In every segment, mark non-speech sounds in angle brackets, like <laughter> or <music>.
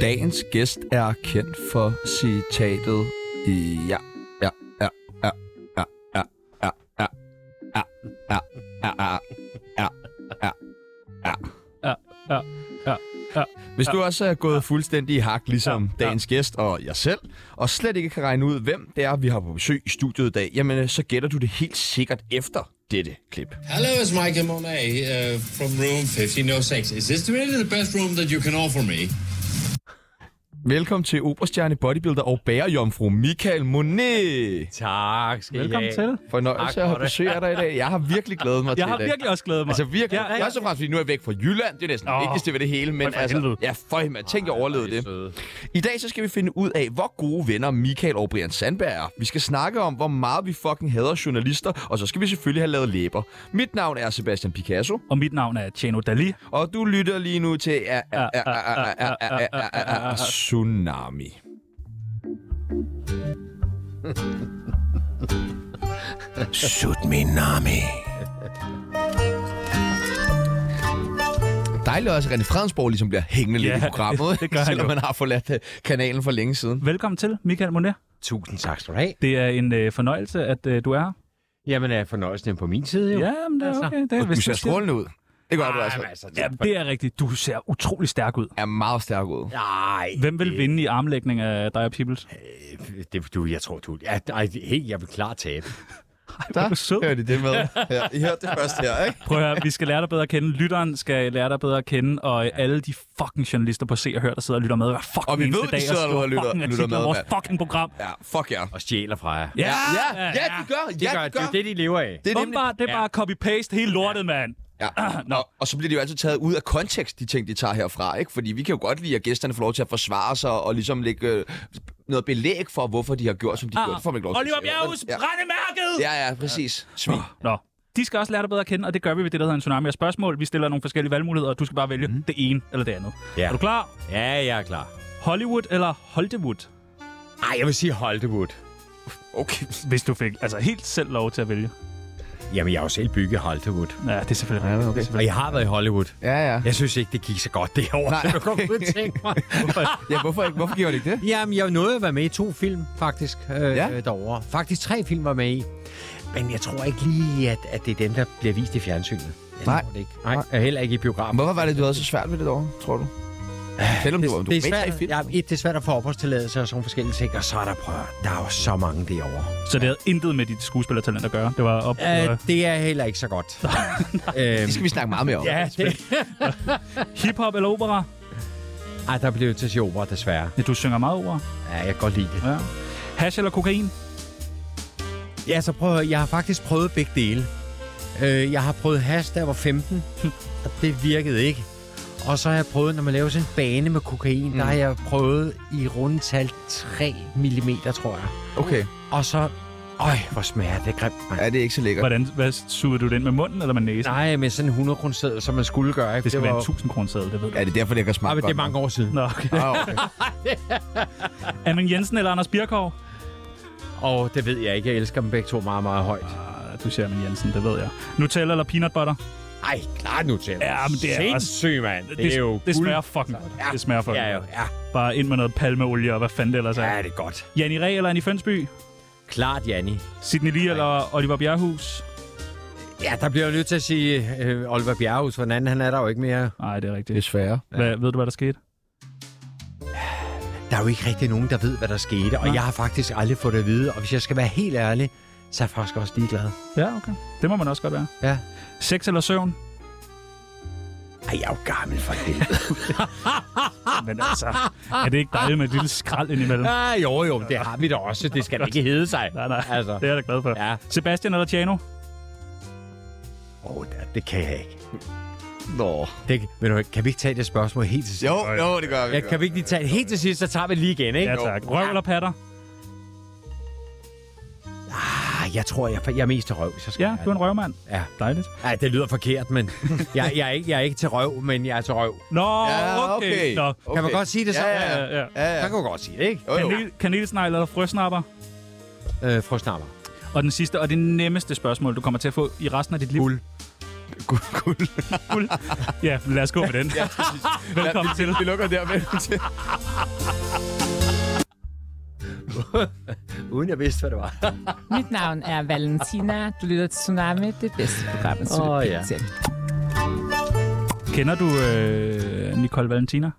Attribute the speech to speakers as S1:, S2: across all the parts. S1: Dagens gæst er kendt for citatet Ja, ja, ja, ja, ja, ja, ja, ja, ja, ja, ja, ja, ja, ja, ja.
S2: Ja, ja, ja, ja.
S1: Hvis du også er gået fuldstændig i hak, ligesom
S2: Ja, ja.
S1: dagens gæst og jeg selv, og slet ikke kan regne ud, hvem det er, vi har på besøg i studiet i dag, jamen øh, så gætter du det helt sikkert efter dette klip.
S3: Hello, it's Michael Monet uh, from room 1506. Is this really the best room that you can offer me?
S1: Velkommen til operastjerne, bodybuilder og bagerjomfru Michael Monet.
S4: Tak skal
S2: Velkommen
S4: I have.
S2: til.
S4: Tak
S1: Fornøjelse
S4: for
S1: at have
S4: det.
S1: besøg af dig i dag. Jeg har virkelig glædet mig til
S2: <laughs> Jeg har
S1: i dag.
S2: virkelig også glædet mig.
S1: Altså virkelig. Ja, ja, ja. Først og fremmest, fordi nu er jeg væk fra Jylland. Det er næsten
S2: Åh.
S1: det vigtigste ved det hele. Men
S2: Føj for
S1: altså,
S2: helvede.
S1: ja, føj, man. Tænk, jeg overlevede det.
S4: Søde.
S1: I dag så skal vi finde ud af, hvor gode venner Michael og Brian Sandberg er. Vi skal snakke om, hvor meget vi fucking hader journalister, og så skal vi selvfølgelig have lavet læber. Mit navn er Sebastian Picasso,
S2: Og mit navn er Tjeno Dali.
S1: og du lytter lige nu til er- er- er- er- er- er- er- er- er- er- er- Tsunami.
S5: Shoot me, Nami.
S1: Dejligt også, at René Fredensborg ligesom bliver hængende lidt
S2: Ja,
S1: i
S2: <laughs>
S1: programmet,
S2: det gør han
S1: selvom
S2: jo.
S1: man har forladt øh, kanalen for længe siden.
S2: Velkommen til, Michael Monet.
S4: Tusind tak skal du have.
S2: Det er en øh, fornøjelse, at øh, du er her.
S4: Jamen, er fornøjelsen på min side, jo?
S2: Ja, men det er
S4: Altså.
S2: okay. Det er,
S1: Og du ser strålende ud. Det gør du altså.
S4: Jamen, altså, det...
S2: Ja, det er rigtigt. Du ser utrolig stærk ud.
S1: Er meget stærk
S2: <laughs>
S1: ud.
S4: Nej,
S2: Hvem vil vinde i armlægning af dig og Pibbles?
S4: det, du, jeg tror, du... Ja, nej, helt, jeg vil klart tabe.
S2: hvor er du sød.
S1: hørte I det med. Ja, I hørte det først her, ikke?
S2: Prøv at høre, vi skal lære dig bedre at kende. Lytteren skal lære dig bedre at kende. Og øh, alle de fucking journalister på Se og Hør, der sidder og lytter med hver fucking
S1: Og vi ved,
S2: eneste
S1: de
S2: dag
S1: sidder derude og lytter-
S2: fucking
S1: lytter
S2: artikler
S1: med,
S2: i vores
S1: mand.
S2: fucking program.
S1: Ja, fuck jer.
S4: Og stjæler fra jer.
S2: Ja,
S1: Ja, ja, de gør.
S4: Det,
S1: Ja,
S4: gør,
S1: de
S4: det er
S1: gør.
S4: jo det, de lever af.
S1: Det er nemlig...
S2: Åbenbart, det er bare copy-paste hele lortet, mand.
S4: <clears throat>
S1: Ja. Og, og så bliver det jo altid taget ud af kontekst, de ting, de tager herfra, ikke? Fordi vi kan jo godt lide, at gæsterne får lov til at forsvare sig og ligesom lægge øh, noget belæg for, hvorfor de har gjort, som de ah, gjorde. Det får man ikke lov til.
S2: Oliver
S1: at sige.
S2: Bjerghus,
S1: Ja.
S2: brændemærket!
S1: Ja, ja, præcis. Svig.
S4: Ah,
S2: Nå. De skal også lære dig bedre at kende, og det gør vi ved det, der hedder en tsunami af spørgsmål. Vi stiller nogle forskellige valgmuligheder, og du skal bare vælge
S1: Mhm.
S2: mm. det ene eller det andet.
S4: Ja.
S2: Er du klar?
S4: Ja, jeg er klar.
S2: Hollywood eller Hollywood?
S4: Ej, jeg vil sige Hollywood.
S1: Okay.
S2: Hvis du fik altså helt selv lov til at vælge.
S4: Jamen, jeg har jo selv bygget Hollywood.
S2: Ja, det er selvfølgelig rigtigt. Ja, okay.
S4: Og jeg har været i Hollywood.
S1: Ja, ja.
S4: Jeg synes ikke, det gik så godt derovre,
S1: Nej.
S4: som <laughs> jeg kom ud og tænkte mig.
S1: Ja, hvorfor, ikke- hvorfor gjorde de ikke det?
S4: Jamen, jeg nåede at være med i to film, faktisk, øh,
S1: Ja.
S4: ja. derovre. Faktisk tre film var med i. Men jeg tror ikke lige, at, at det er dem, der bliver vist i fjernsynet. Jeg
S1: Nej.
S4: Tror det ikke. Nej, og heller ikke i biografen.
S1: Hvorfor var det, du havde så svært ved det dog, tror du? Selvom du var du
S4: Ah, det, er
S1: var med i
S4: svært,
S1: film.
S4: ja, et, det er svært at få opholdstilladelse og sådan nogle forskellige ting. Og så er der, prøv, at høre, der er jo så mange derovre.
S2: Så det havde intet med dit skuespillertalent at gøre. Det var op...
S4: Øh,
S2: Øh,
S4: det er heller ikke så <laughs> godt. øhm,
S1: Det skal vi snakke meget mere om.
S4: <laughs> ja, det...
S2: Hip-hop eller opera?
S4: <laughs> Ej, der blev til at sige opera, desværre.
S2: Ja, du synger meget opera.
S4: Ja, jeg kan godt lide det.
S2: Ja. Hash eller kokain?
S4: Ja, så prøv at høre, jeg har faktisk prøvet begge dele. Øh, jeg har prøvet hash, da jeg var <laughs> 15, og det virkede ikke. Og så har jeg prøvet, når man laver sådan en bane med kokain, mm. der har jeg prøvet i rundtal 3 mm, tror jeg.
S1: Okay.
S4: Og så... Øj, hvor smager det grimt, mand.
S1: Ja, det er ikke så lækkert.
S2: Hvordan, hvad sugede du den med munden eller med næsen?
S4: Nej, men sådan en 100 kroner som man skulle gøre. Ikke?
S2: det skal det være
S4: var...
S2: en 1000 kroner seddel, det ved du.
S1: Ja, det er derfor, det kan
S4: Ej,
S1: smage
S4: men det er mange år siden.
S2: Nå, okay.
S1: Ah,
S4: <laughs>
S1: okay.
S2: Amin Jensen eller Anders Birkov?
S4: Og det ved jeg ikke. Jeg elsker dem begge to meget, meget højt.
S2: Ah, du siger Amin Jensen, det ved jeg. Nutella eller peanut butter?
S4: Ej, klar nu til.
S2: Ja, men det er også-
S4: Sindssyg, mand. Det, det er jo
S2: det
S4: guld.
S2: smager fucking godt. Ja. Det smager fucking
S4: Ja,
S2: ja,
S4: jo.
S2: godt.
S4: ja,
S2: Bare ind med noget palmeolie og hvad fanden det ellers er.
S4: ja,
S2: Ja.
S4: det er godt.
S2: Janni Reh eller Annie Fønsby?
S4: Klart, Janni.
S2: Sidney Lee eller Oliver Bjerghus?
S4: Ja, der bliver jeg nødt til at sige øh, Oliver Bjerghus, for den anden, han er der jo ikke mere.
S2: Nej, det er rigtigt.
S1: Desværre.
S2: Hvad, ved du, hvad der skete?
S4: Der er jo ikke rigtig nogen, der ved, hvad der skete, og
S2: Nej.
S4: jeg har faktisk aldrig fået det at vide. Og hvis jeg skal være helt ærlig, så er jeg faktisk også ligeglad.
S2: Ja, okay. Det må man også godt være.
S4: Ja.
S2: Sex eller søvn?
S4: Ej, jeg er jo gammel for helvede. <laughs>
S2: Men altså, er det ikke dejligt med et lille skrald indimellem?
S4: ah, jo, jo, det har vi da også. Det skal da ikke hedde sig.
S2: Nej, nej.
S4: Altså.
S2: Det er jeg da glad for.
S4: Ja.
S2: Sebastian eller Tjano?
S4: Åh, oh, det kan jeg ikke.
S1: Nå.
S4: Det, kan- ved du, hvad, kan vi ikke tage det spørgsmål helt til sidst?
S1: Jo, jo, det gør vi.
S4: Ja, kan vi ikke lige tage det helt til sidst, så tager vi det lige igen, ikke?
S2: Ja, tak. Røv eller patter?
S4: Ah, jeg tror, jeg, jeg er mest til røv, så skal
S2: Ja,
S4: jeg.
S2: du er en røvmand.
S4: Ja.
S2: Dejligt.
S4: Ej, det lyder forkert, men jeg, jeg, er ikke, jeg er ikke til røv, men jeg er til røv.
S2: Nå,
S1: Ja, okay.
S2: Nå.
S1: okay.
S4: Kan man godt sige det Øh,
S1: ja,
S4: sådan?
S1: Ja, ja.
S2: Ja, ja.
S1: ja, ja.
S4: Man kan jo godt sige det, ikke?
S1: Jo, jo.
S2: Kanel, kanelsnegl eller frøsnapper?
S4: Øh, frøsnapper.
S2: Og den sidste og det nemmeste spørgsmål, du kommer til at få i resten af dit liv.
S4: Guld.
S6: guld. guld.
S2: Fuld. Ja, men lad os gå med den. Velkommen til.
S6: Vi lukker der. Velkommen til.
S4: Uden jeg vidste, hvad det var.
S7: Mit navn er Valentina. Du lytter til Tsunami, det bedste program, at
S4: Åh,
S7: oh,
S4: ja.
S7: ja. til.
S2: Kender du øh, Nicole Valentina?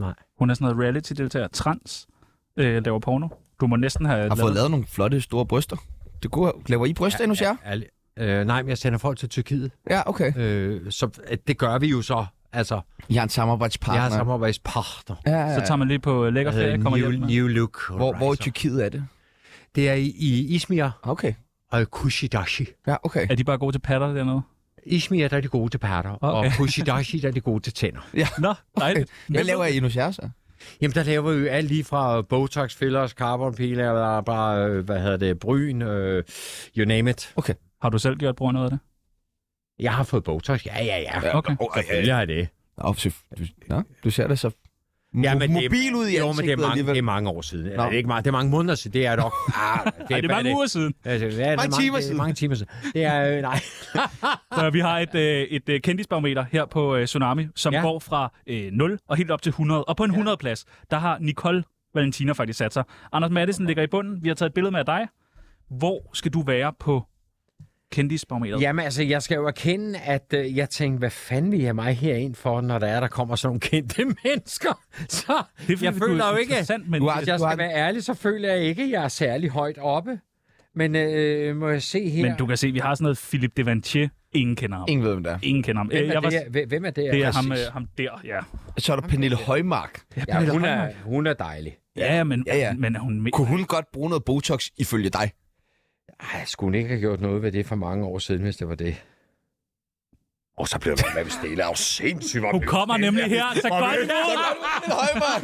S4: Nej.
S2: Hun er sådan noget reality-deltager. Trans. Øh, laver porno. Du må næsten have
S1: Har fået lavet nogle flotte, store bryster. Det kunne, laver I bryster endnu, ja, ja.
S4: Ærlig. Øh, nej, men jeg sender folk til Tyrkiet.
S1: ja, okay.
S4: Øh, så øh, det gør vi jo så. Altså,
S1: Jeg har en samarbejdspartner.
S4: jeg har samarbejdspartner.
S1: Ja, ja, ja.
S2: Så tager man lige på øh, lækker
S4: Der hedder
S2: ferie, kommer
S4: Øh, new,
S2: hjem.
S4: new Look.
S1: Hvor, hvor i
S4: Horizon.
S1: Tyrkiet er det?
S4: Det er i, i Izmir
S1: Okay.
S4: og Kushidashi.
S1: Ja, okay.
S2: Er de bare gode til patter dernede?
S4: Izmir, der er de gode til patter,
S2: Okay.
S4: og Kushidashi, der er de gode til tænder.
S2: Nå, <laughs> dejligt.
S1: Hvad laver I nu, så?
S4: Jamen, der laver vi jo alt lige fra Botox, fillers, carbon peeler, bare, øh, hvad hedder det, bryn, øh, you name it.
S2: Har du selv gjort brug af noget af det?
S4: Jeg har fået Botox, ja, ja, ja.
S2: Okay.
S4: Og selvfølgelig har jeg det.
S1: Nå, så- du, nå, du ser da så ja, men mobil ud i
S4: jo, men det er,
S1: ansigtet
S4: mange,
S1: alligevel.
S4: det er mange år siden. Eller,
S1: Nå.
S4: det er ikke mange, det er mange måneder siden, det er <laughs> dog. Ah,
S2: Ej, det er mange uger siden.
S4: Altså, ja, det er
S1: Mange timer
S4: det er
S1: siden.
S4: Mange timer siden. Det er, øh, nej.
S2: Så vi har et, øh, et øh, kendisbarometer her på øh, Tsunami, som ja.
S4: Ja.
S2: går fra øh, 0 og helt op til 100. Og på en 100. plads, der har Nicole Valentina faktisk sat sig. Anders Madsen ligger i bunden. Vi har taget et billede med af dig. Hvor skal du være på kendisbarometeret?
S4: <laughs> Jamen altså, jeg skal jo erkende, at øh, jeg tænkte, hvad fanden vil jeg mig herind for, når der er, der kommer sådan nogle kendte <laughs> mennesker? Så
S2: Det er, fordi,
S4: jeg
S2: du
S4: føler
S2: er
S4: jo ikke,
S2: interessant, men
S1: Du
S4: hvis jeg
S1: Du har-
S4: skal være ærlig, så føler jeg ikke, at jeg er særlig højt oppe. Men øh, må jeg se her?
S2: Men du kan se, vi har sådan noget Philip Devantier. Ingen kender ham.
S1: Ingen
S2: Ingen,
S1: ved, hvem det er.
S2: kender ham.
S4: hvem,
S2: Øh,
S4: er
S2: jeg var,
S4: det,
S2: det
S4: her? Hvem- hvem er det? her?
S2: er ham,
S4: Præcis.
S2: øh, ham der, ja.
S1: Så er der Pernille Højmark.
S4: ja, hun, er, hun er dejlig.
S2: Ja, men,
S1: Ja, ja.
S2: men er hun med?
S1: Kunne hun godt bruge noget Botox ifølge dig?
S4: Ej, jeg skulle ikke have gjort noget ved det for mange år siden, hvis det var det. Og så blev man med stille. Er jo sindssygt, hvor
S2: Hun kommer nemlig her, så godt imod!
S1: <laughs> Pernille Højmark!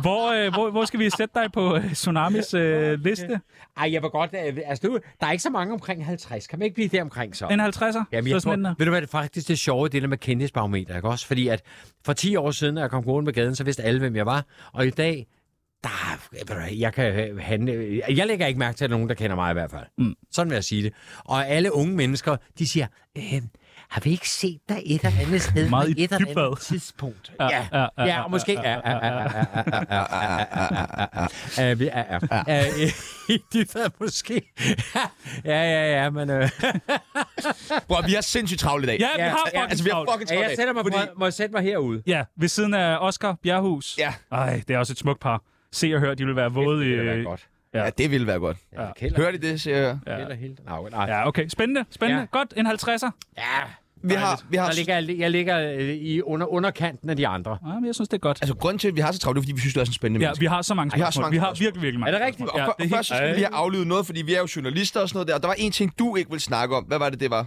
S2: Hvor, øh, hvor, hvor skal vi sætte dig på øh, Tsunamis øh, liste?
S4: Ej, jeg var godt... øh, Altså, du, der er ikke så mange omkring 50. Kan man ikke blive der omkring så?
S2: En 50'er?
S4: Jamen,
S2: så
S4: jeg
S2: sådan en,
S4: tror, ved du hvad, det er faktisk det sjove, det der med kendisbarometer, ikke også? Fordi at for 10 år siden, da jeg kom gående på gaden, så vidste alle, hvem jeg var. Og i dag, der, er- ved du hvad, jeg kan øh, handle... Jeg lægger ikke mærke til, at der er nogen, der kender mig i hvert fald. Mm. Sådan vil jeg sige det. Og alle unge mennesker, de siger, øh, har vi ikke set dig et eller andet sted
S2: Meget
S4: på
S2: i
S4: et eller
S2: dybvad."
S4: andet tidspunkt?
S2: Ja,
S4: Ja,
S2: ja, ja,
S4: ja, og måske... ja, ja, ja, ja, ja, ja, ja, ja, ja, ja, ja, ja, ja. Øh, I dybvad måske. Ja, ja, ja, men... øh,
S1: Bror, vi har sindssygt travlt i dag.
S2: Ja, vi
S4: Ja,
S2: har
S1: ja,
S2: fucking
S1: altså, vi har
S2: travlt.
S1: fucking
S4: Ja,
S1: travlt
S4: jeg
S1: i
S4: sætter
S1: dag.
S4: mig, fordi... må, må jeg sætte mig herude?
S2: Ja, ved siden af Oscar Bjerghus.
S1: Ja.
S2: Ej, det er også et smukt par. Se og hør, de vil være våde i...
S4: Det er godt.
S1: Ja, det ville være godt.
S4: Ja, kælder,
S1: Hører de det, siger jeg.
S4: ja. kælder helt. Nå, nej. Ja.
S2: Ja, okay. Spændende, spændende. Ja.
S4: Ja.
S2: Godt, en 50'er.
S4: ja.
S1: Vi har, vi har,
S4: Der ligger, jeg, jeg ligger øh, i under, underkanten af de andre.
S2: Ja, men jeg synes, det er godt.
S1: altså, grunden til, at vi har så travlt, det er, fordi vi synes, du er sådan en spændende
S2: Ja, vi har så mange
S1: Ej, vi har så
S2: spørgsmål.
S1: mange
S2: Vi har
S1: spørgsmål.
S2: virkelig, virkelig mange
S4: Er det rigtigt?
S2: spørgsmål.
S1: Og
S2: Ja,
S1: for,
S2: det er
S1: først så
S2: helt...
S1: skal vi lige have aflydet noget, fordi vi er jo journalister og sådan noget der. Og der var en ting, du ikke ville snakke om. Hvad var det, det var?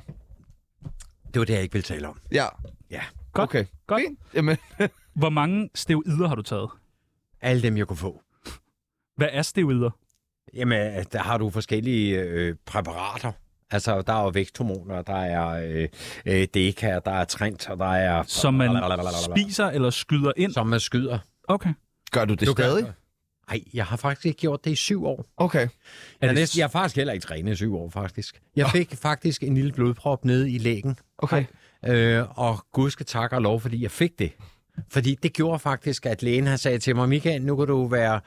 S4: Det var det, jeg ikke ville tale om.
S1: Ja.
S4: Ja.
S2: Godt.
S1: Okay.
S2: Godt.
S1: Fint. Jamen,
S2: Hvor mange steroider har du taget?
S4: Alle dem, jeg kunne få.
S2: Hvad er steroider?
S4: Jamen, øh, der har du forskellige øh, præparater. Altså, der er jo væksthormoner, der er øh, øh, deka, der er trint, og der er...
S2: Som man spiser eller skyder ind?
S4: Som man skyder.
S2: Okay.
S1: gør du det
S4: Du gør-
S1: stadig?
S4: Nej, jeg har faktisk ikke gjort det i syv år.
S1: Okay.
S4: Jeg,
S2: Er
S4: er
S2: det-
S4: næsten, jeg har faktisk heller ikke trænet i syv år, faktisk. Jeg fik faktisk en lille blodprop nede i lægen.
S1: Okay.
S4: Øh, og gud skal takke og lov, fordi jeg fik det. Fordi det gjorde faktisk, at lægen han sagde til mig, Michael, nu kan du være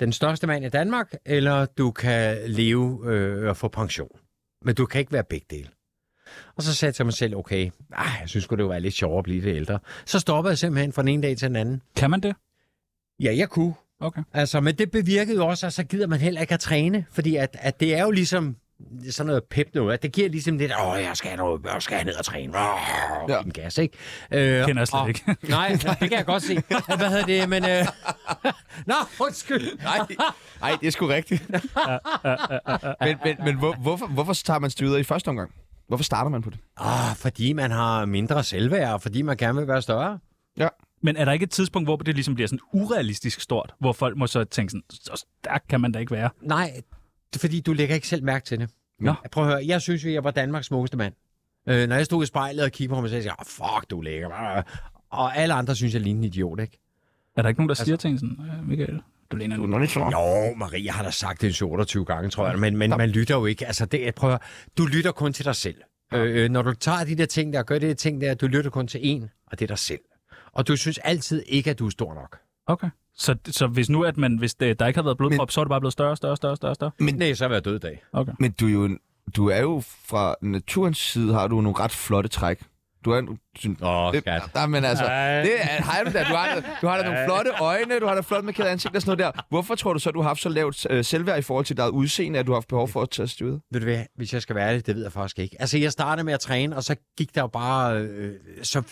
S4: den største mand i Danmark, eller du kan leve øh, og få pension. Men du kan ikke være begge dele. Og så sagde jeg til mig selv, okay, ah, jeg synes sgu, det var lidt sjovere at blive lidt ældre. Så stoppede jeg simpelthen fra den ene dag til den anden.
S2: Kan man det?
S4: Ja, jeg kunne.
S2: Okay.
S4: Altså, men det bevirkede jo også, at så gider man heller ikke at træne, fordi at, at det er jo ligesom sådan noget pep nu, at det giver ligesom lidt, åh, jeg skal, noget, jeg skal ned og træne, åh,
S1: Ja.
S4: ja. gas, ikke? Øh,
S2: Kender jeg slet
S4: og-
S2: ikke.
S4: <laughs> Nej, det kan jeg godt se. Hvad hedder det, men... Øh... <laughs> Nå, undskyld.
S1: Nej, <laughs> nej, det er sgu rigtigt. men men, men hvor, hvorfor, hvorfor tager man styret i første omgang? Hvorfor starter man på det?
S4: Ah, fordi man har mindre selvværd, og fordi man gerne vil være større.
S2: Men er der ikke et tidspunkt, hvor det ligesom bliver sådan urealistisk stort, hvor folk må så tænke sådan, så stærk kan man da ikke være?
S4: Nej, det er fordi du lægger ikke selv mærke til det.
S2: Nå.
S4: Prøv at høre, jeg synes jo, jeg var Danmarks smukkeste mand. Øh, når jeg stod i spejlet og kiggede på mig, så sagde jeg, "Ah, fuck, du er lækker. Og alle andre synes, jeg ligner en idiot, ikke?
S2: Er der ikke nogen, der siger til en sådan, "Øh, Michael, du ligner en
S1: er lidt for
S4: Jo, Marie, jeg har da sagt det en 28 gange, tror jeg, men, men man lytter jo ikke. Altså, det, prøv at, høre, du lytter kun til dig selv. Øh, øh, når du tager de der ting der og gør de der ting der, du lytter kun til en, og det er dig selv. Og du synes altid ikke, at du er stor nok.
S2: Okay. Så, så hvis nu, at man, hvis det, der ikke har været blodprop, så er det bare blevet større, større, større, større, større?
S4: Nej, så har jeg været død i dag.
S1: Men du er jo, en- du er jo fra naturens side, har du nogle ret flotte træk. Du er en... du-
S4: Åh,
S1: det,
S4: skat.
S1: nej, men altså,
S2: Ej.
S1: det er, har du da. Du har, da- du har da nogle flotte øjne, du har da flot markeret ansigt og sådan noget der. Hvorfor tror du så, du har haft så lavt øh, selvværd i forhold til dit eget udseende, at du har haft behov for at tage styret?
S4: Ved du hvad, hvis jeg skal være ærlig, det ved jeg faktisk ikke. Altså, jeg startede med at træne, og så gik der jo bare... Øh, så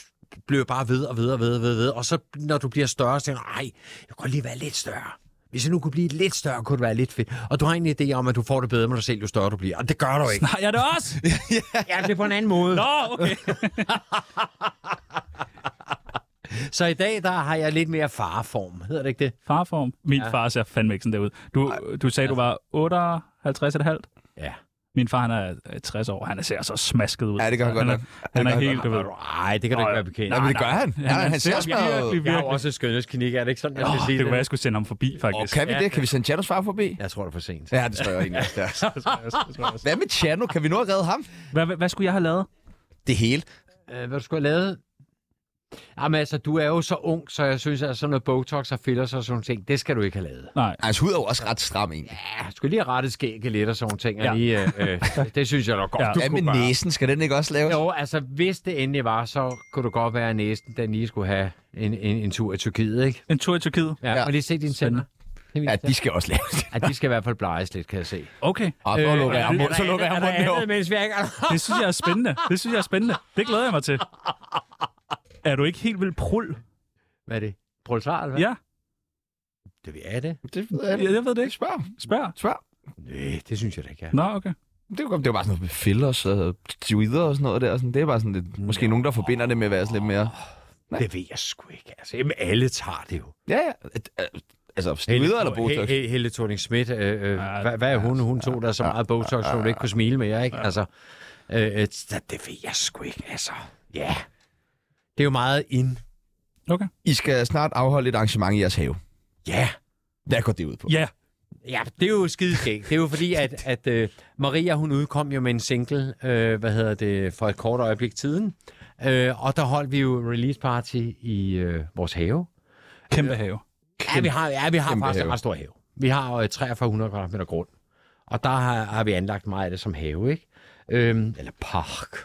S4: blev jeg bare ved og ved og ved og ved, og ved. Og så, når du bliver større, så tænker du, ej, jeg kunne godt lige være lidt større. Hvis jeg nu kunne blive lidt større, kunne det være lidt fedt. Og du har en idé om, at du får det bedre med dig selv, jo større du bliver. Og det gør du ikke.
S2: Har jeg det også?
S4: Ja, det er på en anden måde.
S2: Nå, okay.
S4: Så i dag, der har jeg lidt mere fareform. Hedder det ikke det?
S2: Farform. Min ja. far ser fandme ikke sådan der ud. Du, du
S1: Altså-
S2: sagde, du var 58,5.
S4: Ja.
S2: Min far, han er øh, 60 år. Han ser så smasket ud.
S1: Ja, det gør han godt
S2: er,
S1: nok. Ja, det
S2: Han
S1: gør
S2: er
S1: han
S2: helt, du ved.
S4: Nej, det kan du
S2: Nå,
S4: ikke være bekendt.
S1: Nej, men det gør han. Han, han, han ser smadret. ud.
S2: virkelig,
S4: Jeg har jo
S2: virkelig.
S4: også en skønhedsklinik, er det ikke sådan, jeg skal
S2: Oh,
S4: sige
S2: det kunne
S4: det?
S2: være, jeg skulle sende ham forbi,
S1: Og
S2: faktisk.
S1: kan vi det? Kan vi sende Chanos far forbi?
S4: Jeg tror, det er for sent.
S1: Ja, det tror jeg egentlig også. det er.
S2: Det tror jeg også, det tror jeg også.
S1: Hvad med Chano? Kan vi nå at redde ham?
S2: Hvad, hvad, hvad skulle jeg have lavet?
S1: Det hele.
S4: Øh, hvad du skulle have lavet? Jamen altså, du er jo så ung, så jeg synes, at sådan noget Botox og fillers og sådan nogle ting, det skal du ikke have lavet.
S2: Nej.
S1: Hans hud er jo også ret stram, egentlig.
S4: Ja, du skal lige have rettet skægget lidt og sådan nogle ting. Ja.
S2: Ja.
S4: Lige, øh, øh, <laughs> det synes jeg da godt,
S2: Ja.
S4: ja. du
S1: Hvad med
S4: kunne gøre.
S1: næsen? Skal den ikke også laves?
S4: Jo, altså, hvis det endelig var, så kunne du godt være at næsten, den lige skulle have en, en, en tur i Tyrkiet, ikke?
S2: En tur i Tyrkiet.
S4: Ja,
S1: Ja.
S4: ja. og lige se dine tænder.
S1: Ja, de skal også laves.
S4: Ja, de skal i hvert fald bleges lidt, kan jeg se. Øh,
S2: Okay. Øh,
S1: Og så lukker jeg
S4: er
S1: munden.
S4: der
S1: Så lukker jeg
S4: andet- er
S1: munden
S4: der andet,
S1: herovre.
S4: mens vi er ikke-
S2: Det synes jeg er spændende. Det synes jeg er spændende. Det glæder jeg mig til. Er du ikke helt vildt prul?
S4: Hvad er det? Proletariat, eller hvad?
S2: Ja,
S4: Det ved jeg det.
S1: Det ved jeg
S2: jeg, jeg ved det
S1: ikke.
S2: ikke.
S1: Spørg.
S2: Spørg.
S1: Spørg.
S4: Nej, det synes jeg da ikke, jeg er.
S2: Nå, okay.
S1: Det var, det var bare sådan noget med fillers og tweeter og sådan noget der. Sådan, det er bare sådan lidt, måske nogen, der forbinder det med at være sådan lidt mere...
S4: Det ved jeg sgu ikke. Altså, jamen, alle tager det jo.
S1: Ja, ja. At- at- Altså, tweeter eller botox?
S4: Helle, Helle thorning Schmidt, øh, øh,
S2: Ja,
S4: hvad, hvad er hun? Hun tog der så meget Botox, så hun ikke kunne smile mere, ikke? Altså, øh, øh, så det ved jeg sgu ikke, altså. Ja. Yeah. Det er jo meget ind.
S2: Okay.
S1: I skal snart afholde et arrangement i jeres have.
S4: Ja. Yeah.
S1: Hvad går det ud på?
S2: Ja,
S4: Ja, det er jo skideskægt. Det er jo fordi, at, at uh, Maria, hun udkom jo med en single, uh, hvad hedder det, for et kort øjeblik tiden. Uh, og der holdt vi jo release party i uh, vores have.
S2: kæmpe have.
S4: Ja, vi har, ja, vi har
S1: Kæmpe
S4: faktisk en
S1: have.
S4: ret stor have. Vi har jo øh, 4300 kvadratmeter grund. Og der har, har vi anlagt meget af det som have, ikke? Øhm, eller park,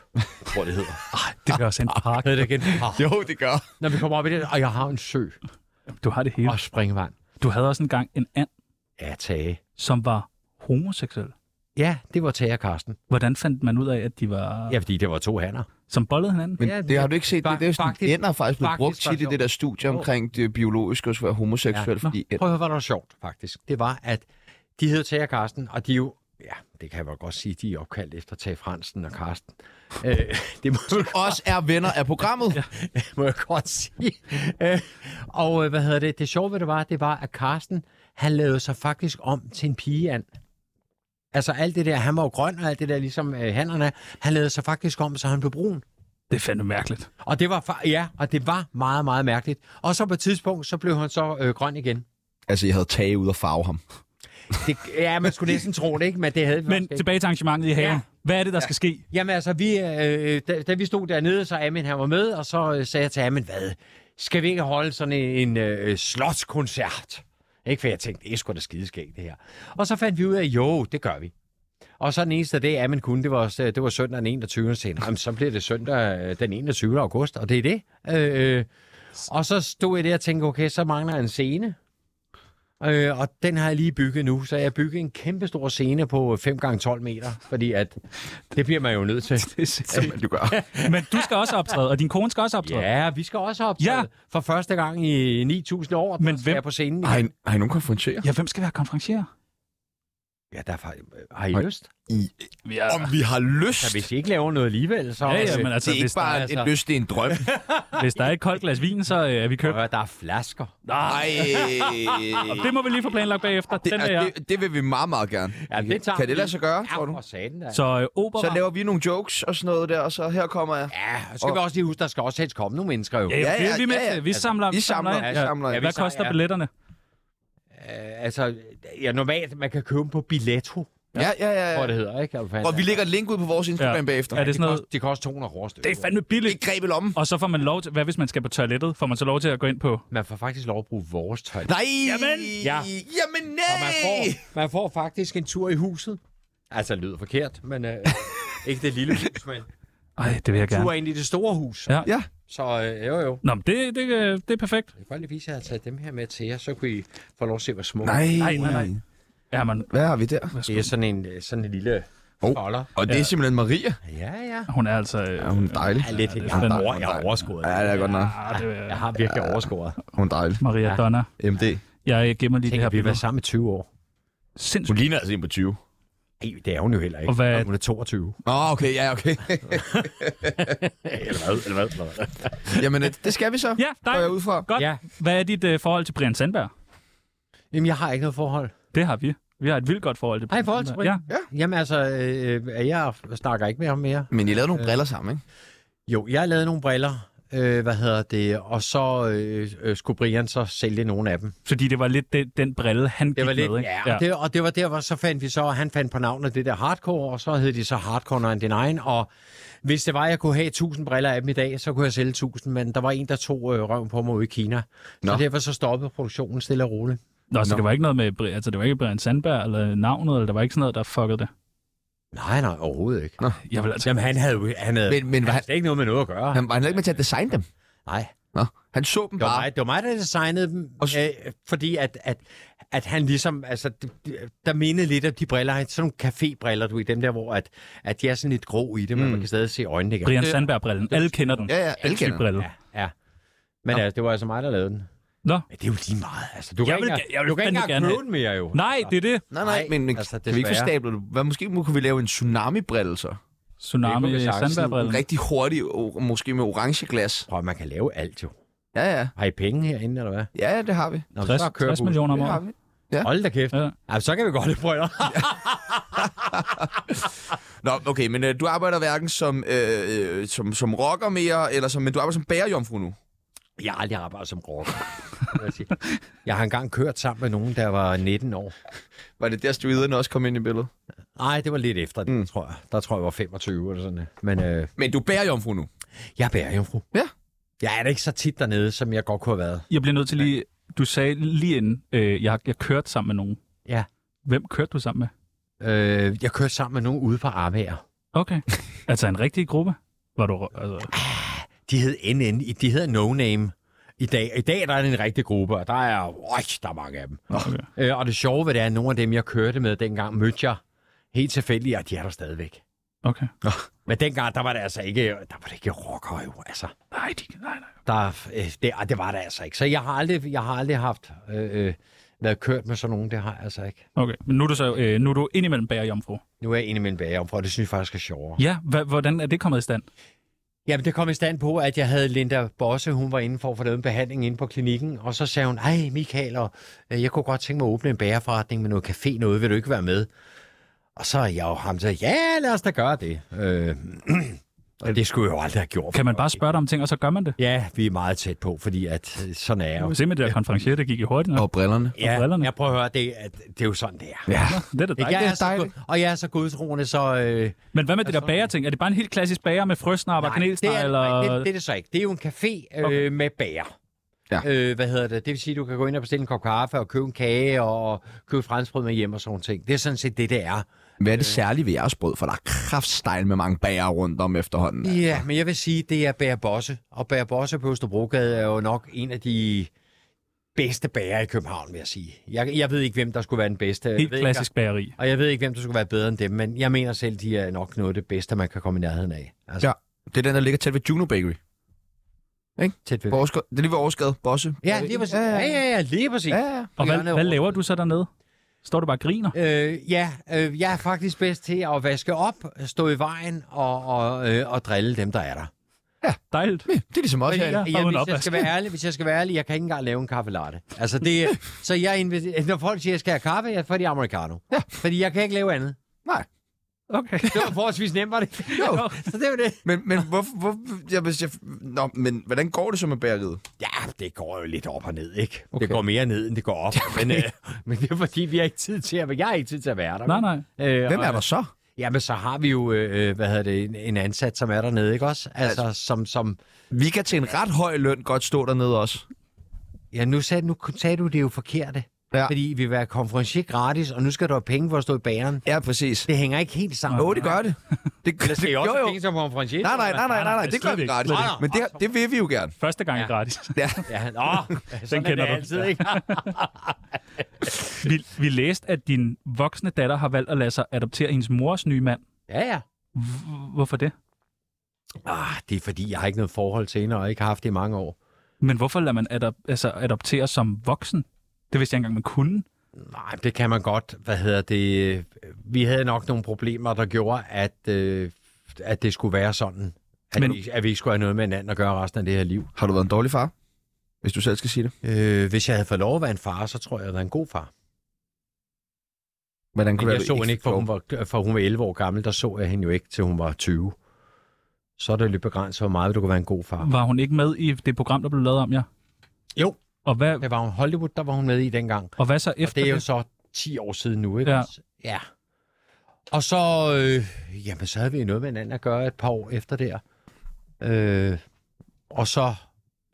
S4: tror jeg, det hedder.
S2: Ej, det gør også en park.
S4: Hedder det igen?
S1: <laughs>
S4: Park.
S1: Jo, det gør.
S4: Når vi kommer op i det, og jeg har en sø
S2: Du har det hele.
S4: og springvand.
S2: Du havde også engang en and,
S4: Ja, Tage.
S2: som var homoseksuel.
S4: Ja, det var Tage og Karsten.
S2: Hvordan fandt man ud af, at de var...
S4: Ja, fordi det var to hanner.
S2: Som bollede hinanden?
S1: Men
S4: Ja,
S1: det har du ikke set. Det, det er jo sådan,
S4: faktisk-
S1: ænder er faktisk blevet
S4: faktisk
S1: brugt tit i
S4: faktisk-
S1: det der studie omkring det biologiske og skulle være homoseksuel,
S4: Nå,
S1: fordi
S4: Prøv at høre, hvad der var sjovt, faktisk. Det var, at de hedder Tage og Karsten, og de er jo... Ja, det kan jeg vel godt sige, de er opkaldt efter Tage Fransen og Karsten. Øh, <laughs> det må man
S1: også er venner af programmet.
S4: <laughs> må jeg godt sige. Øh, og øh, hvad hedder det? Det sjove ved det var, det var, at Karsten, han lavede sig faktisk om til en pigeand. Altså alt det der, han var jo grøn og alt det der, ligesom øh, hannerne, han lavede sig faktisk om, så han blev brun.
S2: Det er fandme mærkeligt.
S4: Og det var, fa- ja, og det var meget, meget mærkeligt. Og så på et tidspunkt, så blev han så øh, grøn igen.
S1: Altså, jeg havde taget ud og farve ham.
S4: Det, ja, man skulle næsten tro det, ikke? Men det havde vi
S2: Men
S4: faktisk ikke.
S2: tilbage til arrangementet i haven. Hvad er det, der skal ske?
S4: Jamen altså, vi, øh, da, da vi stod dernede, så Amin han var med, og så øh, sagde jeg til Amin, hvad, skal vi ikke holde sådan en, en øh, slotskoncert? Ikke, for jeg tænkte, det er sgu da skideskægt, det her. Og så fandt vi ud af, jo, det gør vi. Og så den eneste dag, Amin kunne, det var, også, øh, det var søndag den 21. Så tænkte, jeg, "Jamen, så bliver det søndag øh, den 21. august, og det er det. Øh, øh, og så stod jeg der og tænkte, okay, så mangler jeg en scene. Øh, og den har jeg lige bygget nu, så jeg har bygget en kæmpe stor scene på 5x12 meter, fordi at det bliver man jo nødt til.
S2: <laughs> Det er sindssygt.
S1: Jamen, du gør.
S2: Men du skal også optræde, og din kone skal også optræde.
S4: Ja, vi skal også optræde
S2: Ja.
S4: ja. for første gang i 9000 år, der
S2: Men
S4: skal
S2: hvem-
S4: jeg på scenen.
S1: Har I, har I nogen konfronterer?
S2: ja hvem skal være konferencier?
S4: Ja, der er, fa- har I
S1: Ej.
S4: lyst?
S2: Ja,
S1: Om vi har lyst.
S4: Så hvis I ikke laver noget alligevel, så...
S2: ja, ja men altså,
S1: det er
S2: hvis,
S1: ikke bare
S2: der,
S1: en
S2: altså,
S1: lyst, det er en drøm.
S2: hvis der er et koldt glas vin, så øh, er vi købt.
S4: Øh, der er flasker.
S2: <laughs> Nej,
S1: Ej.
S2: det må vi lige få planlagt bagefter.
S1: Det,
S2: Den
S1: altså,
S2: der.
S1: det, det vil vi meget, meget gerne.
S4: Ja, det tager
S1: kan det
S4: vi.
S1: lade sig gøre,
S4: Ja,
S1: tror du?
S4: for satan, da.
S2: Så øh, opera.
S1: Så laver vi nogle jokes og sådan noget der, og så her kommer jeg.
S4: Ja, og skal
S1: Og-
S4: vi også lige huske, der skal også helst komme nogle mennesker jo.
S2: Ja, ja, ja, vi, er med
S1: ja, ja.
S2: til. vi samler,
S1: I samler,
S2: ind.
S1: ja, samler ind.
S2: ja.
S1: Ja, vi
S2: Hvad
S4: samler,
S2: koster
S4: ja.
S2: billetterne?
S4: Øh, altså, ja, normalt, man kan købe dem på Billetto.
S1: Ja, ja, ja.
S4: tror jeg,
S1: ja.
S4: det hedder, ikke? Alfa.
S1: Og vi lægger et link ud på vores Instagram
S2: Ja.
S1: ja. bagefter.
S2: Er det sådan noget...
S4: Det koster 200 kroner stykket.
S2: Det er fandme
S1: Det er
S2: billigt.
S1: greb i lommen.
S2: Og så får man lov til... Hvad hvis man skal på toilettet? Får man så lov til at gå ind på...
S4: Man får faktisk lov at bruge vores tøj.
S1: Nej!
S2: Jamen!
S4: Ja.
S1: Jamen,
S4: Og man
S1: nej!
S4: får, man får faktisk en tur i huset. Altså, det lyder forkert, men øh, ikke det lille hus, men
S2: Ej, det vil jeg gerne.
S4: tur ind i det store hus.
S2: Ja.
S1: Ja.
S4: Så øh, jo, jo.
S2: Nå, men det, det, øh, det er perfekt.
S4: Jeg kan godt lige vise, at jeg har taget dem her med til jer, så kunne I få lov at se, hvor små.
S2: Nej, nej, nej. Ja, man,
S1: Hvad har vi der?
S4: Det er sådan en, øh, sådan en lille
S1: Oh.
S4: folder.
S1: Og det er simpelthen Maria.
S4: Ja, ja.
S2: hun er altså... Øh,
S1: Ja, hun er dejlig.
S4: Ja, lidt.
S2: det er
S4: Jeg har,
S2: fandme-
S4: over, jeg har overskåret.
S1: Ja, det er godt nok.
S2: ah, det er,
S4: Jeg har virkelig overskåret.
S1: Hun er dejlig.
S2: Maria
S4: Ja.
S2: Donna.
S1: MD.
S2: Jeg øh, gemmer lige det her
S4: Tænk, vi har
S2: billede.
S4: været sammen i 20 år.
S2: Sindssygt.
S1: Hun ligner altså en på 20.
S4: Ej, det er hun jo heller ikke.
S2: Og hvad-
S4: Hun er 22.
S1: Nå, okay, ja, okay. <laughs>
S4: eller hvad? Eller hvad? Eller hvad?
S1: Jamen, øh, det skal vi så.
S2: Ja,
S1: Går jeg
S2: dig.
S1: ud fra.
S2: Godt.
S4: Ja.
S2: Hvad er dit øh, forhold til Brian Sandberg?
S4: Jamen, jeg har ikke noget forhold.
S2: Det har vi. Vi har et vildt godt forhold til
S4: Har I forhold til
S2: Sandberg. Ja.
S4: Jamen altså, øh, øh, jeg snakker ikke med ham mere.
S1: Men I lavede
S2: Øh.
S1: nogle briller sammen, ikke?
S4: Jo, jeg lavede nogle briller, øh, hvad hedder det, og så øh, øh, skulle Brian så sælge nogle af dem.
S2: Fordi det var lidt den, den brille, han gik
S4: Det var lidt,
S2: med. Ikke?
S4: ja, og det, og det var der, hvor så fandt vi så, og han fandt på navnet det der hardcore, og så hed de så hardcore 99, og hvis det var, jeg kunne have 1000 briller af dem i dag, så kunne jeg sælge 1000, men der var en, der tog øh, røven på mig ude i Kina. Nå.
S1: Nå.
S4: Så derfor så stoppede produktionen stille og roligt.
S2: Nå, så
S1: Nå.
S2: det var ikke noget med, Bri- altså det var ikke Brian Sandberg eller navnet, eller der var ikke sådan noget, der fuckede det.
S4: Nej, nej, overhovedet ikke.
S1: Nå.
S2: Jeg vil altså...
S4: Jamen, han havde, jo- han havde,
S1: Men, men var han,
S4: slet ikke noget med noget at gøre.
S1: han, var han heller ikke med til at designe dem?
S4: Nej.
S1: Nå, han så dem
S4: Det var,
S1: bare.
S4: mig, det var mig, der designede dem,
S1: Og s-
S4: øh, fordi at, at, at han ligesom, altså, d- d- der mindede lidt om de briller, han- sådan nogle cafébriller, du i dem der, hvor at, at de er sådan lidt grå i det,
S1: Mm.
S4: men man kan stadig se øjnene igen.
S2: Brian
S1: Det-
S2: Sandberg-brillen. Alle kender den.
S1: Ja, ja, alle
S2: Syg
S1: kender den.
S2: brille.
S4: Ja, ja. Men altså, det var altså mig, der lavede den.
S2: Nå.
S4: Men det er jo lige meget, altså. Du
S2: Jeg
S4: kan
S2: vil
S4: ikke,
S2: ga- jeg vil
S4: du kan ikke
S2: fandme gerne
S4: engang
S2: have-
S4: købe den mere, jo.
S2: Nej, det er det.
S1: Nej, nej,
S4: Nej,
S1: men, men
S4: altså,
S1: altså, kan vi ikke få
S4: desværre. Mm.
S1: stablet det? Hvad, måske kunne vi lave en tsunami-brille, så?
S2: Tsunami
S4: Det kunne vi sagtens.
S1: En
S2: Sandberg-brillen.
S1: rigtig hurtig, o- måske med orange glas.
S4: Prøv, man kan lave alt jo.
S1: Ja, ja.
S4: Har I penge herinde, eller hvad?
S1: Ja, ja, det har vi.
S4: Nå,
S2: 60,
S4: så
S2: 60
S4: kører bussen.
S2: millioner om
S1: Det har
S2: året.
S1: vi.
S4: Hold da kæft.
S2: Ja.
S4: Ja. Altså, så kan vi godt <laughs> det brøller.
S1: Nå, okay, men øh, du arbejder hverken som, øh, øh, som, som rocker mere, eller som, men du arbejder som bagerjomfru nu.
S4: Jeg har aldrig arbejdet som rocker. vil jeg sige. jeg har engang kørt sammen med nogen, der var 19 år.
S1: Var det der, striderne også kom ind i billedet?
S4: Nej, det var lidt efter det, mm. tror jeg. Der tror jeg, jeg var 25 eller sådan noget. Men øh,
S1: Men du er bagerjomfru nu.
S4: jeg bærer jo, fru.
S1: Ja.
S4: Jeg er da ikke så tit dernede, som jeg godt kunne have været.
S2: Jeg bliver nødt til lige... Du sagde lige inden, øh, jeg, jeg kørte sammen med nogen.
S4: Ja.
S2: Hvem kørte du sammen med?
S4: Øh, jeg kørte sammen med nogen ude på Armager. <laughs>
S2: Okay. altså en rigtig gruppe? Var du... Altså,
S4: De hed NN, de hedder No Name. I dag, I dag der er det en rigtig gruppe, og der er, øj, der er mange af dem.
S2: okay.
S4: Øh, og det sjove ved det er, at nogle af dem, jeg kørte med dengang, mødte jeg helt tilfældigt, og de er der stadigvæk.
S2: okay.
S4: Men dengang, der var det altså ikke, der var det ikke rocker jo, altså.
S2: Nej, de, nej, nej.
S4: Der, øh, det, ah, det var det altså ikke. Så jeg har aldrig, jeg har aldrig haft øh, øh, været kørt med sådan nogen. Det har jeg altså ikke.
S2: Okay, men nu er du, så, øh, nu er du indimellem bagerjomfru.
S4: Nu er jeg inde i min bageromfra, og det synes jeg faktisk er sjovere.
S2: Ja, hva, hvordan er det kommet i stand?
S4: Jamen, det kom i stand på, at jeg havde Linda Bosse, hun var inde for at få lavet en behandling inde på klinikken, og så sagde hun, ej Michael, og, øh, jeg kunne godt tænke mig at åbne en bagerforretning med noget café, noget, vil du ikke være med? Og så er jeg jo ham, der sagde, ja, lad os da gøre det. Øh, <clears throat> og det skulle jeg jo aldrig have gjort.
S2: Kan man bare spørge dig om ting, og så gør man det?
S4: Ja, vi er meget tæt på, fordi at øh, sådan er jeg jo.
S2: Se med det der konferencier, det gik jo hurtigt nok.
S1: Og brillerne.
S4: Ja,
S2: brillerne.
S4: jeg prøver at høre, det, at det er jo sådan, det er.
S2: Ja. Det er da
S4: Ikke?
S2: dejligt.
S4: Jeg er så god, og jeg er så godtroende, så... Øh,
S2: Men hvad med det der bagerting? Er det bare en helt klassisk bager med frøsnapper og
S4: det,
S2: kanelsnegl?
S4: er,
S2: Eller...
S4: nej, det, det er det så ikke. Det er jo en café øh,
S2: Okay.
S4: okay. med bager.
S1: Ja.
S4: Øh, hvad hedder det? Det vil sige, at du kan gå ind og bestille en kop kaffe og købe en kage og købe franskbrød med hjem og sådan nogle ting. Det er sådan set det, det er.
S1: Hvad er det særlige ved jeres brød? For der er kraftstejl med mange bager rundt om efterhånden.
S4: Ja, men jeg vil sige, det er Bager Bosse. Og Bager Bosse på Østerbrogade er jo nok en af de bedste bager i København, vil jeg sige. Jeg, jeg ved ikke, hvem der skulle være den bedste. Jeg
S2: Helt
S4: ved
S2: klassisk bageri.
S4: Ikke, og jeg ved ikke, hvem der skulle være bedre end dem, men jeg mener selv, de er nok noget af det bedste, man kan komme i nærheden af. Altså,
S1: Ja. Det er den, der ligger tæt ved Juno Bakery.
S4: tæt ved.
S1: På Årsgade- det er lige ved Årsgade. Bosse.
S4: Ja, lige præcis.
S1: Ja,
S4: Ja,
S1: ja,
S4: ja, ja, lige præcis.
S1: ja. ja.
S2: Og hvad,
S4: hjørnet
S2: hvad
S4: over.
S2: laver du så dernede? Står du bare og griner?
S4: Øh, ja, øh, jeg er faktisk bedst til at vaske op, stå i vejen og, og, øh, og drille dem, der er der.
S2: Dejligt.
S1: Ja, Det er ligesom også
S2: Ja.
S1: her.
S2: uden
S4: hvis, jeg
S2: opvask.
S4: skal være ærlig, hvis jeg skal være ærlig, jeg kan ikke engang lave en kaffe latte. Altså
S2: <laughs>
S4: det, er- så jeg inviter- når folk siger, at jeg skal have kaffe, jeg får de americano. Ja. Fordi jeg kan ikke lave andet.
S2: Okay.
S4: Det var forholdsvis nemt, var det? <laughs>
S1: Jo.
S4: Så det var det.
S1: Men, men hvor, hvor, jeg, hvis jeg, nå, men hvordan går det så med bageriet?
S4: Ja, det går jo lidt op og ned, ikke? Okay.
S1: Okay.
S4: Det går mere ned, end det går op. men, øh, men det er fordi, vi har ikke tid til at, jeg har ikke tid til at være der.
S2: <laughs> Nej, nej.
S4: Øh,
S1: Hvem
S4: og-
S1: er der så?
S4: Jamen, så har vi jo, øh, hvad hedder det, en- en ansat, som er dernede, ikke også? Altså, altså som, som,
S1: Vi kan til en ret høj løn godt stå dernede også.
S4: ja, nu sagde, nu sagde du det jo forkerte.
S1: Ja.
S4: Fordi vi vil være konferencier gratis, og nu skal du have penge for at stå i baneren.
S1: Ja, præcis.
S4: Det hænger ikke helt sammen.
S1: Åh, oh, det gør det. Det, det, det <laughs> jo, jo.
S4: som konferencier.
S1: Nej, nej, nej, nej, nej, nej, det gør
S2: Slet
S1: vi
S2: ikke,
S1: gratis.
S2: slet
S4: ikke.
S1: Men det, det vil vi jo gerne.
S2: Første gang ja.
S4: Ja.
S2: gratis.
S1: Ja.
S4: Ja, nå, <laughs> sådan
S2: kender
S4: er det
S2: du.
S4: altid, ikke?
S2: Vi, vi læste, at din voksne datter har valgt at lade sig adoptere hendes mors nye mand.
S4: <laughs> ja, ja.
S2: H- Hvorfor det?
S4: Ah, det er fordi, jeg har ikke noget forhold til hende, og ikke har haft det i mange år.
S2: Men hvorfor lader man adop- altså adoptere som voksen? Det vidste jeg ikke engang, man kunne.
S4: Nej, det kan man godt. Hvad hedder det? øh, Vi havde nok nogle problemer, der gjorde, at, øh, at det skulle være sådan. At,
S2: Men-
S4: Men... vi, at vi ikke skulle have noget med hinanden at gøre resten af det her liv.
S1: Har du været en dårlig far? Hvis du selv skal sige det.
S4: Øh, hvis jeg havde fået lov at være en far, så tror jeg, at jeg var en god far.
S1: Hvordan
S4: Men
S1: det
S4: jeg
S1: være,
S4: så
S1: du
S4: hende ikke, for
S1: fik
S4: hun, var, for hun var 11 år gammel. Der så jeg hende jo ikke, til hun var 20. Så er det lidt begrænset, hvor meget du kan være en god far.
S2: Var hun ikke med i det program, der blev lavet om jer?
S4: Jo.
S2: Og hvad,
S4: Det var hun Hollywood, der var hun med i dengang.
S2: og hvad så
S4: Og
S2: efter
S4: det er jo
S2: det?
S4: så 10 år siden nu, ikke?
S2: Ja.
S4: ja. Og så, øh, jamen, så havde vi noget med hinanden at gøre et par år efter der. Øh, og så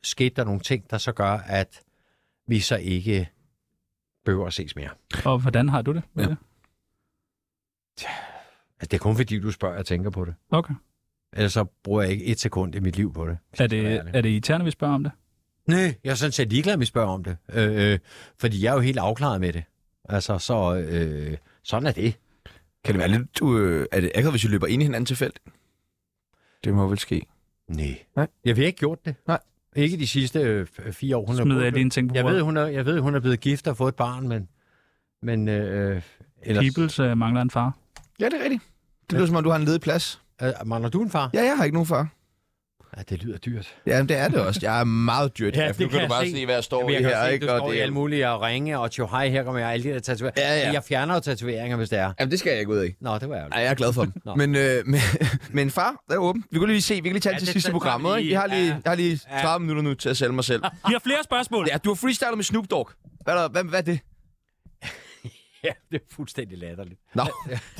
S4: skete der nogle ting, der så gør, at vi så ikke behøver at ses mere.
S2: Og hvordan har du det? med
S1: Ja.
S2: det?
S4: Altså, det er kun fordi, du spørger, jeg tænker på det.
S2: Okay.
S4: Ellers så bruger jeg ikke et sekund i mit liv på det. hvis
S2: Er
S4: jeg skal
S2: det,
S4: være ærlig.
S2: er det irriterende, vi spørger om det?
S4: Nej, jeg er sådan set ligeglad, om I spørger om det. Øh, øh, fordi jeg er jo helt afklaret med det. Altså, så øh, sådan er det.
S1: Kan det være lidt... Øh, er det akavet, hvis vi løber ind i hinanden tilfældigt? Det må vel ske.
S4: Nej.
S1: Nej.
S4: Jeg har ikke gjort det.
S1: Nej.
S4: Ikke de sidste øh, f- fire år. Hun er
S2: Smider jeg
S4: boet-
S2: lige en ting på
S4: jeg ved,
S2: bordet?
S4: hun er, jeg ved, hun er blevet gift og fået et barn, men... Men øh, ellers...
S2: Peoples øh, mangler en far.
S1: Ja, det er rigtigt. Det lyder som om, du har en ledig plads.
S4: Øh, mangler du en far?
S1: Ja, jeg har ikke nogen far.
S4: Ja, det lyder dyrt.
S1: Ja, det er det også. Jeg er meget dyrt.
S4: Ja, det kan jeg se.
S1: hvad jeg står
S4: Jamen, jeg kan se, du
S1: Og
S4: står i
S1: det er-
S4: alle mulige og ringe og tjo hej, her kommer jeg, alle de der tatoveringer.
S1: Ja, ja.
S4: Jeg fjerner jo tatoveringer, hvis det er.
S1: Jamen, det skal jeg ikke ud af.
S4: Nå, det var
S1: Nej,
S4: ærgerligt.
S1: jeg er glad for dem.
S4: Nå.
S1: men, øh, <laughs> men, men far, der er åben. Vi kan lige se, vi kan lige tage
S4: Ja,
S1: ja, til
S4: det-
S1: sidste
S4: den tager
S1: program.
S4: vi
S1: Ikke? Jeg
S4: lige.
S1: har lige,
S4: Ja.
S1: jeg har lige 30 minutter nu til at sælge mig
S4: <laughs>
S1: selv.
S2: Vi har flere spørgsmål.
S1: Ja, du har freestylet med Snoop Dogg. Hvad er, der, hvad, hvad er det?
S4: Ja, det er fuldstændig latterligt.
S1: Nå,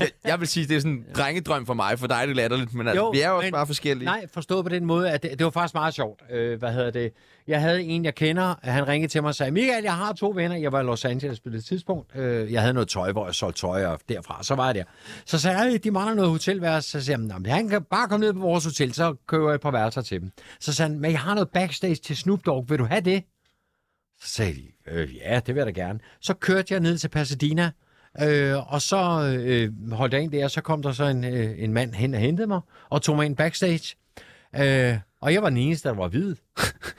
S1: jeg, jeg vil sige, det er sådan en drengedrøm for mig. For dig er det latterligt, men altså,
S4: Jo,
S1: vi er jo også
S4: men-
S1: bare forskellige.
S4: Nej, forstået på den måde, at det, det var faktisk meget sjovt. Øh, hvad hedder det? Jeg havde en, jeg kender, han ringede til mig og sagde, Michael, jeg har to venner. Jeg var i Los Angeles på det tidspunkt. Øh, jeg havde noget tøj, hvor jeg solgte tøj, og derfra, så var jeg der. Så sagde jeg, "Øh, de mangler noget hotelværelse. Så siger han, "Nå, men han kan bare komme ned på vores hotel, så køber jeg et par værelser til dem. Så sagde han, men jeg har noget backstage til Snoop Dogg, vil du have det? Så sagde de, øh, ja, det vil jeg da gerne. Så kørte jeg ned til Pasadena, øh, og så øh, holdt jeg ind der, og så kom der så en, øh, en mand hen og hentede mig, og tog mig ind backstage. Øh, og jeg var den eneste, der var hvid. <laughs>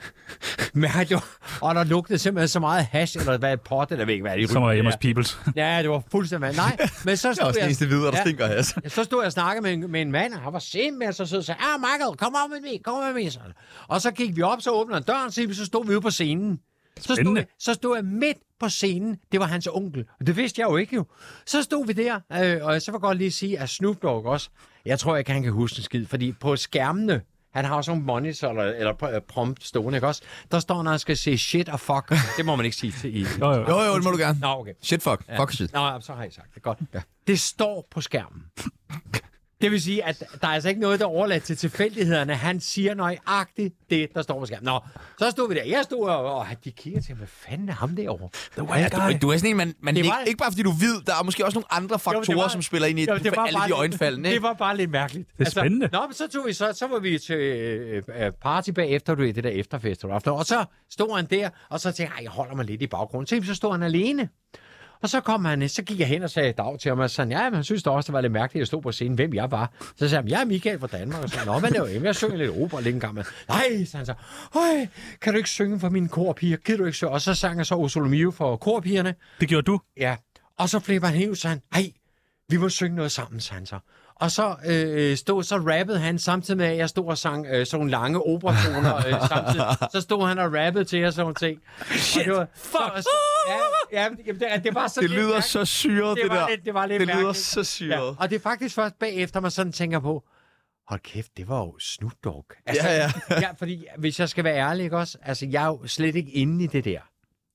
S4: Men han, det var, og der lugtede simpelthen så meget hash, eller hvad pot, eller jeg ved ikke, hvad det
S2: Som er hjemme hos
S4: <laughs>
S2: Peoples.
S4: Ja, det var fuldstændig... Nej, men
S1: <laughs>
S4: så
S1: Jeg er
S4: stod
S1: også den
S4: jeg...
S1: eneste videre, der
S4: Ja.
S1: stinker her.
S4: Ja, så stod jeg og snakkede med en, med en mand, og han var simpelthen så sød, og sagde, ah, Michael, kom op med mig, kom op med mig. sådan. Og så gik vi op, så åbner han døren, så, så stod vi ude på scenen. Så stod,
S2: Spændende.
S4: jeg, så stod jeg midt på scenen, det var hans onkel, og det vidste jeg jo ikke jo. Så stod vi der, øh, og så vil jeg godt lige sige, at Snoop Dogg også, jeg tror ikke, han kan huske en skid, fordi på skærmene, han har sådan en monitor eller, eller pr- øh, prompt stående, ikke også? Der står, når han skal se shit og fuck. Det må man ikke sige til i.
S2: Jo, jo.
S1: <laughs> Jo, jo, det må du gerne.
S4: Nå, okay.
S1: Shit, fuck. Fuck shit.
S4: Nå, så har I sagt det. Godt. Ja. Det står på skærmen. Det vil sige, at der er altså ikke noget, der er overladt til tilfældighederne. Han siger nøjagtigt det, der står på skærmen. Nå, så stod vi der. Jeg stod og, og de kigger til, mig, hvad fanden er ham derovre? The
S1: Ja, du, du er sådan en, man, man
S4: Det
S1: ikke,
S4: var-
S1: ikke bare fordi du er hvid, der er måske også nogle andre
S4: Jo, men det
S1: faktorer,
S4: var-
S1: som spiller ind i
S4: Jo, det var
S1: alle
S4: bare
S1: de
S4: lidt-
S1: øjenfaldene.
S4: Det
S1: Ikke?
S4: var bare lidt mærkeligt. Altså-
S2: er spændende.
S4: Nå, men så, tog vi, så, så var vi til øh, øh, party bagefter, du ved, det der efterfest, eller aften, og så stod han der, og så tænkte jeg, "Ej, jeg holder mig lidt i baggrunden. Så, så stod han alene. Og så kom han, så gik jeg hen og sagde dag til ham, og sådan, ja, men han synes da også, det var lidt mærkeligt, at jeg stod på scenen, hvem jeg var. Så sagde han, jeg er Michael fra Danmark, og så nå, hvad laver jeg? Jeg synger lidt opera lidt en gammel. Nej, så han så, Øj, kan du ikke synge for mine korpiger? Kan du ikke synge? Og så sang jeg så Osolomio for korpigerne,
S2: Det gjorde du.
S4: Ja, og så flipper han helt ud, så han, ej, vi må synge noget sammen, sagde han så. Og så, øh, stod, så rappede han samtidig med, at jeg stod og sang øh, sådan nogle lange operatoner
S1: <laughs>
S4: øh, samtidig. Så stod han og rappede til jer sådan nogle ting. Shit, det var, fuck! Så, ja, ja, jamen, det, det var sådan
S1: Det
S4: lidt
S1: lyder
S4: mærkeligt.
S1: så syret, det,
S4: det var
S1: der.
S4: Lidt, det var lidt
S1: det lyder
S4: mærkeligt.
S1: så syret.
S4: Ja, og det er faktisk først bagefter, man sådan tænker på, hold kæft, det var jo Snoop Dogg. Altså,
S1: Ja, ja.
S4: <laughs> ja, fordi hvis jeg skal være ærlig, ikke også? Altså, jeg er jo slet ikke inde i det der.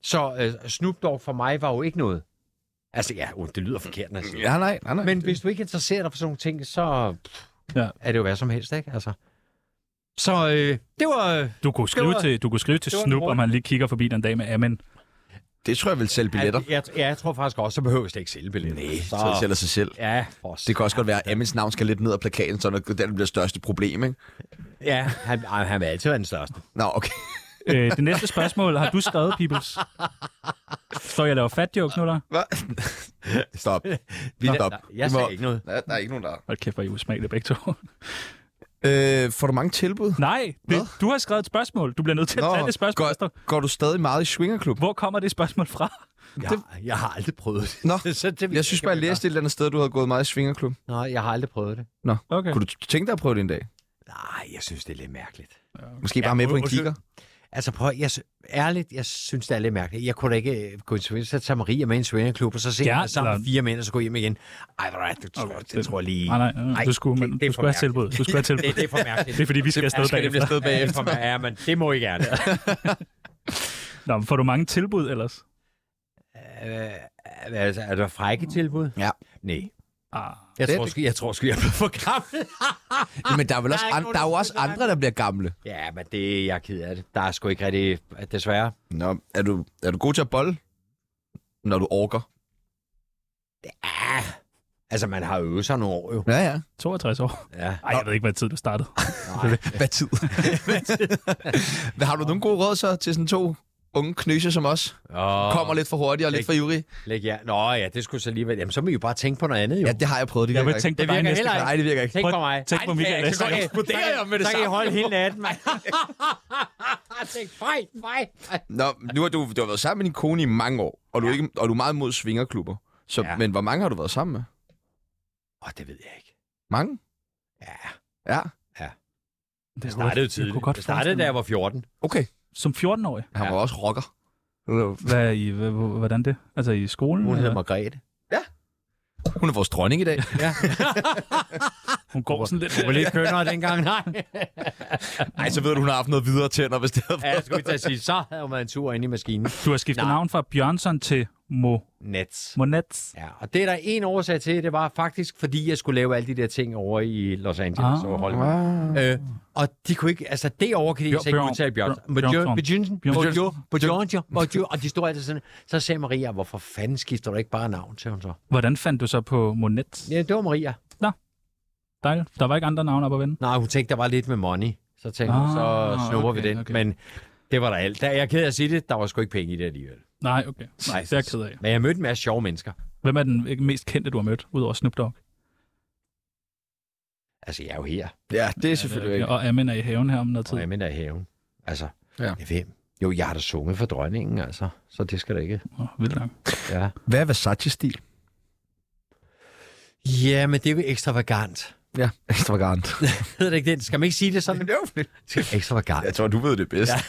S4: Så øh, Snoop Dogg for mig var jo ikke noget. Altså, ja, uh, det lyder forkert næsten.
S1: Ja, nej, nej, nej.
S4: Men hvis du ikke interesserer dig for sådan nogle ting, så pff,
S2: Ja.
S4: ja. er det jo hvad som helst, ikke? Altså. Så øh, det var... Øh,
S2: Du kunne skrive
S4: var-
S2: til, du kunne skrive til
S4: det var en
S2: Snoop,
S4: hård-
S2: om han lige kigger forbi den dag med
S4: <laughs>
S2: Amen.
S1: Det tror jeg vil sælge billetter.
S4: jeg, ja, jeg tror faktisk også, så behøver vi slet ikke sælge billetter.
S1: Nej,
S4: så,
S1: så det sælger sig selv.
S4: Ja, for
S1: Det kan også godt være, at Amins navn skal lidt ned ad plakaten, så det den bliver største problem, ikke?
S4: Ja, han, ej, han vil altid være den største.
S1: Nå, okay.
S2: Øh, det næste spørgsmål har du skrevet, Peoples. Står jeg og laver fat jokes nu, der?
S1: Hva? <laughs> Stop.
S4: Vi
S1: Stop.
S4: Nej, jeg sagde ikke noget.
S1: Der, der er ikke nogen, der...
S2: Hold kæft, hvor er I usmagelige begge to.
S1: Øh, får du mange tilbud?
S2: <laughs> Nej, det, du har skrevet et spørgsmål. Du bliver nødt til at tage det spørgsmål.
S1: går,
S2: Godt.
S1: går du stadig meget i swingerklub?
S2: Hvor kommer det spørgsmål fra?
S4: Jeg, jeg har aldrig prøvet det.
S1: Nå,
S4: <laughs> så det
S1: Jeg synes bare, jeg læste et eller andet sted, du havde gået meget i swingerklub.
S4: Nå, jeg har aldrig prøvet det.
S2: Okay.
S1: Kunne du t- tænke dig at prøve det en dag?
S4: Nej, jeg synes, det er lidt mærkeligt.
S1: Måske
S4: Ja,
S1: bare med på en
S4: undskyld.
S1: kigger?
S4: Altså prøv, at- jeg, sy- ærligt, jeg synes, det er lidt mærkeligt. Jeg kunne da ikke øh, gå i sving, så tage Maria med i en swingerklub, og så se
S2: Ja,
S4: ja, sammen med
S2: eller-
S4: fire mænd, og så gå hjem igen. Ej, hvor er det, det, tror, okay, det,
S2: det-
S4: det, tror jeg lige...
S2: Nej, nej, nej, du skulle, men, du skulle have tilbud. Du skulle have tilbud.
S4: <laughs> det, det er for mærkeligt.
S2: Det er fordi, vi skal afsted
S4: Ja, det
S2: bagefter.
S4: bliver
S2: <laughs>
S4: afsted bagefter. Ja, men det må I gerne.
S2: Nå, men får du mange tilbud ellers?
S4: Øh, altså, er der frække tilbud?
S1: Ja.
S4: Nej.
S2: Ah,
S4: Jeg
S1: Det-
S4: tror, sgu- jeg tror sgu, jeg er blevet for gammel. <laughs>
S1: Men der er, vel også,
S4: Ah, Der er ikke
S1: an,
S4: nogen,
S1: der er jo
S4: der
S1: også
S4: synes, det er
S1: andre, der bliver gamle.
S4: Ja, men det jeg er ked af det. Der er sgu ikke rigtig, desværre.
S1: Nå, er du, er du god til at bolle? Når du orker.
S4: Ja. Altså, man har øvet sig nogle år jo.
S1: Ja, ja.
S2: 62 år.
S4: Ja.
S2: Ej, jeg ved ikke, hvad tid du startede.
S1: <laughs> Hvad tid? Hvad, har du nogle gode råd så til sådan to unge knøse som os?
S4: Åh,
S1: Kommer lidt for hurtigt og lidt for ivrig.
S4: Læg jer. Nå ja, det skulle så alligevel. Jamen, så må I jo bare tænke på noget andet jo.
S1: Ja, det har jeg prøvet. Det
S2: Jeg vil
S1: virker ikke.
S2: tænke på
S4: Det
S2: dig
S4: virker
S2: næste
S4: heller
S2: gang.
S1: Nej, det virker ikke.
S4: Tænk på mig.
S2: Tænk på Michael
S4: Ej, så kan
S2: Esser.
S4: I-
S1: eksploderer jeg med det
S4: Så kan I
S1: samme.
S4: holde hele natten, mand. Tænk, fej, fej.
S1: Nå, nu har du, du har været sammen med din kone i mange år, og du, ja. ikke, og du er meget mod svingerklubber. Så, ja.
S4: Ja.
S1: Men hvor mange har du været sammen med?
S4: Åh, det ved jeg ikke.
S1: Mange?
S4: Ja,
S1: Ja.
S4: det startede jo tidligt.
S2: kunne godt
S4: Det startede, da jeg var 14.
S1: Okay.
S2: Som 14-årig?
S1: Han ja. var også rocker.
S2: Hvad i, h- h- hvordan det? Altså i skolen?
S4: Hun
S2: eller?
S4: hedder Margrethe.
S1: Hun er vores dronning i <laughs> dag.
S2: hun går sådan lidt...
S4: Hun var lidt kønnere dengang, nej. <laughs>
S1: Nej, så ved du, hun har haft noget videre tænder, hvis det havde
S4: Ja, jeg skulle ikke til at sige, så havde hun været en tur ind i maskinen.
S2: Du har skiftet
S4: Nej.
S2: navn fra Bjørnsson til Mo,
S4: Nets.
S2: Monets.
S4: Ja, og det er der en årsag til, det var faktisk, fordi jeg skulle lave alle de der ting over i Los Angeles
S2: Ah.
S4: ah, og Hollywood. Ah. Øh, og de kunne ikke, altså det over kan de
S2: Bjør-
S4: altså ikke
S2: Bjørn-
S4: udtale Bjørn.
S2: Bjørn- Bjørnson. Bjørnson.
S4: Bjørn, og de stod altid sådan, så sagde Maria, hvorfor fanden skifter du ikke bare navn til hun så?
S2: Hvordan fandt du så på Monet?
S4: Ja, det var Maria.
S2: Dejligt. Der var ikke andre navne op at vende.
S4: Nej, hun tænkte, der var lidt med money. Så tænkte hun, så
S2: Ah,
S4: snupper
S2: okay,
S4: vi den.
S2: okay.
S4: Men det var der alt. Der, jeg er ked af at sige det, der var sgu ikke penge i det alligevel.
S2: Nej, okay. Nej, det er jeg ked af.
S4: Men jeg mødte en masse sjove mennesker.
S2: Hvem er den ikke mest kendte, du har mødt, udover Snoop Dogg?
S4: Altså, jeg er jo her.
S1: Ja, det er selvfølgelig
S2: Ja,
S1: ikke.
S2: Øh, og Amin er i haven her om noget tid.
S4: Og jeg mener i haven. Altså,
S1: Ja.
S4: ja. hvem? Jo, jeg har da sunget for dronningen, altså. Så det skal da ikke.
S2: Åh, vildt nok.
S4: Ja.
S1: Hvad er Versace-stil?
S4: ja, men det er jo ekstravagant. <laughs>
S1: Ja, ekstravagant. <laughs>
S4: Hedder det ikke det? Skal man ikke sige det sådan?
S1: det
S4: ekstravagant.
S1: Jeg tror, du ved det bedst. Ja.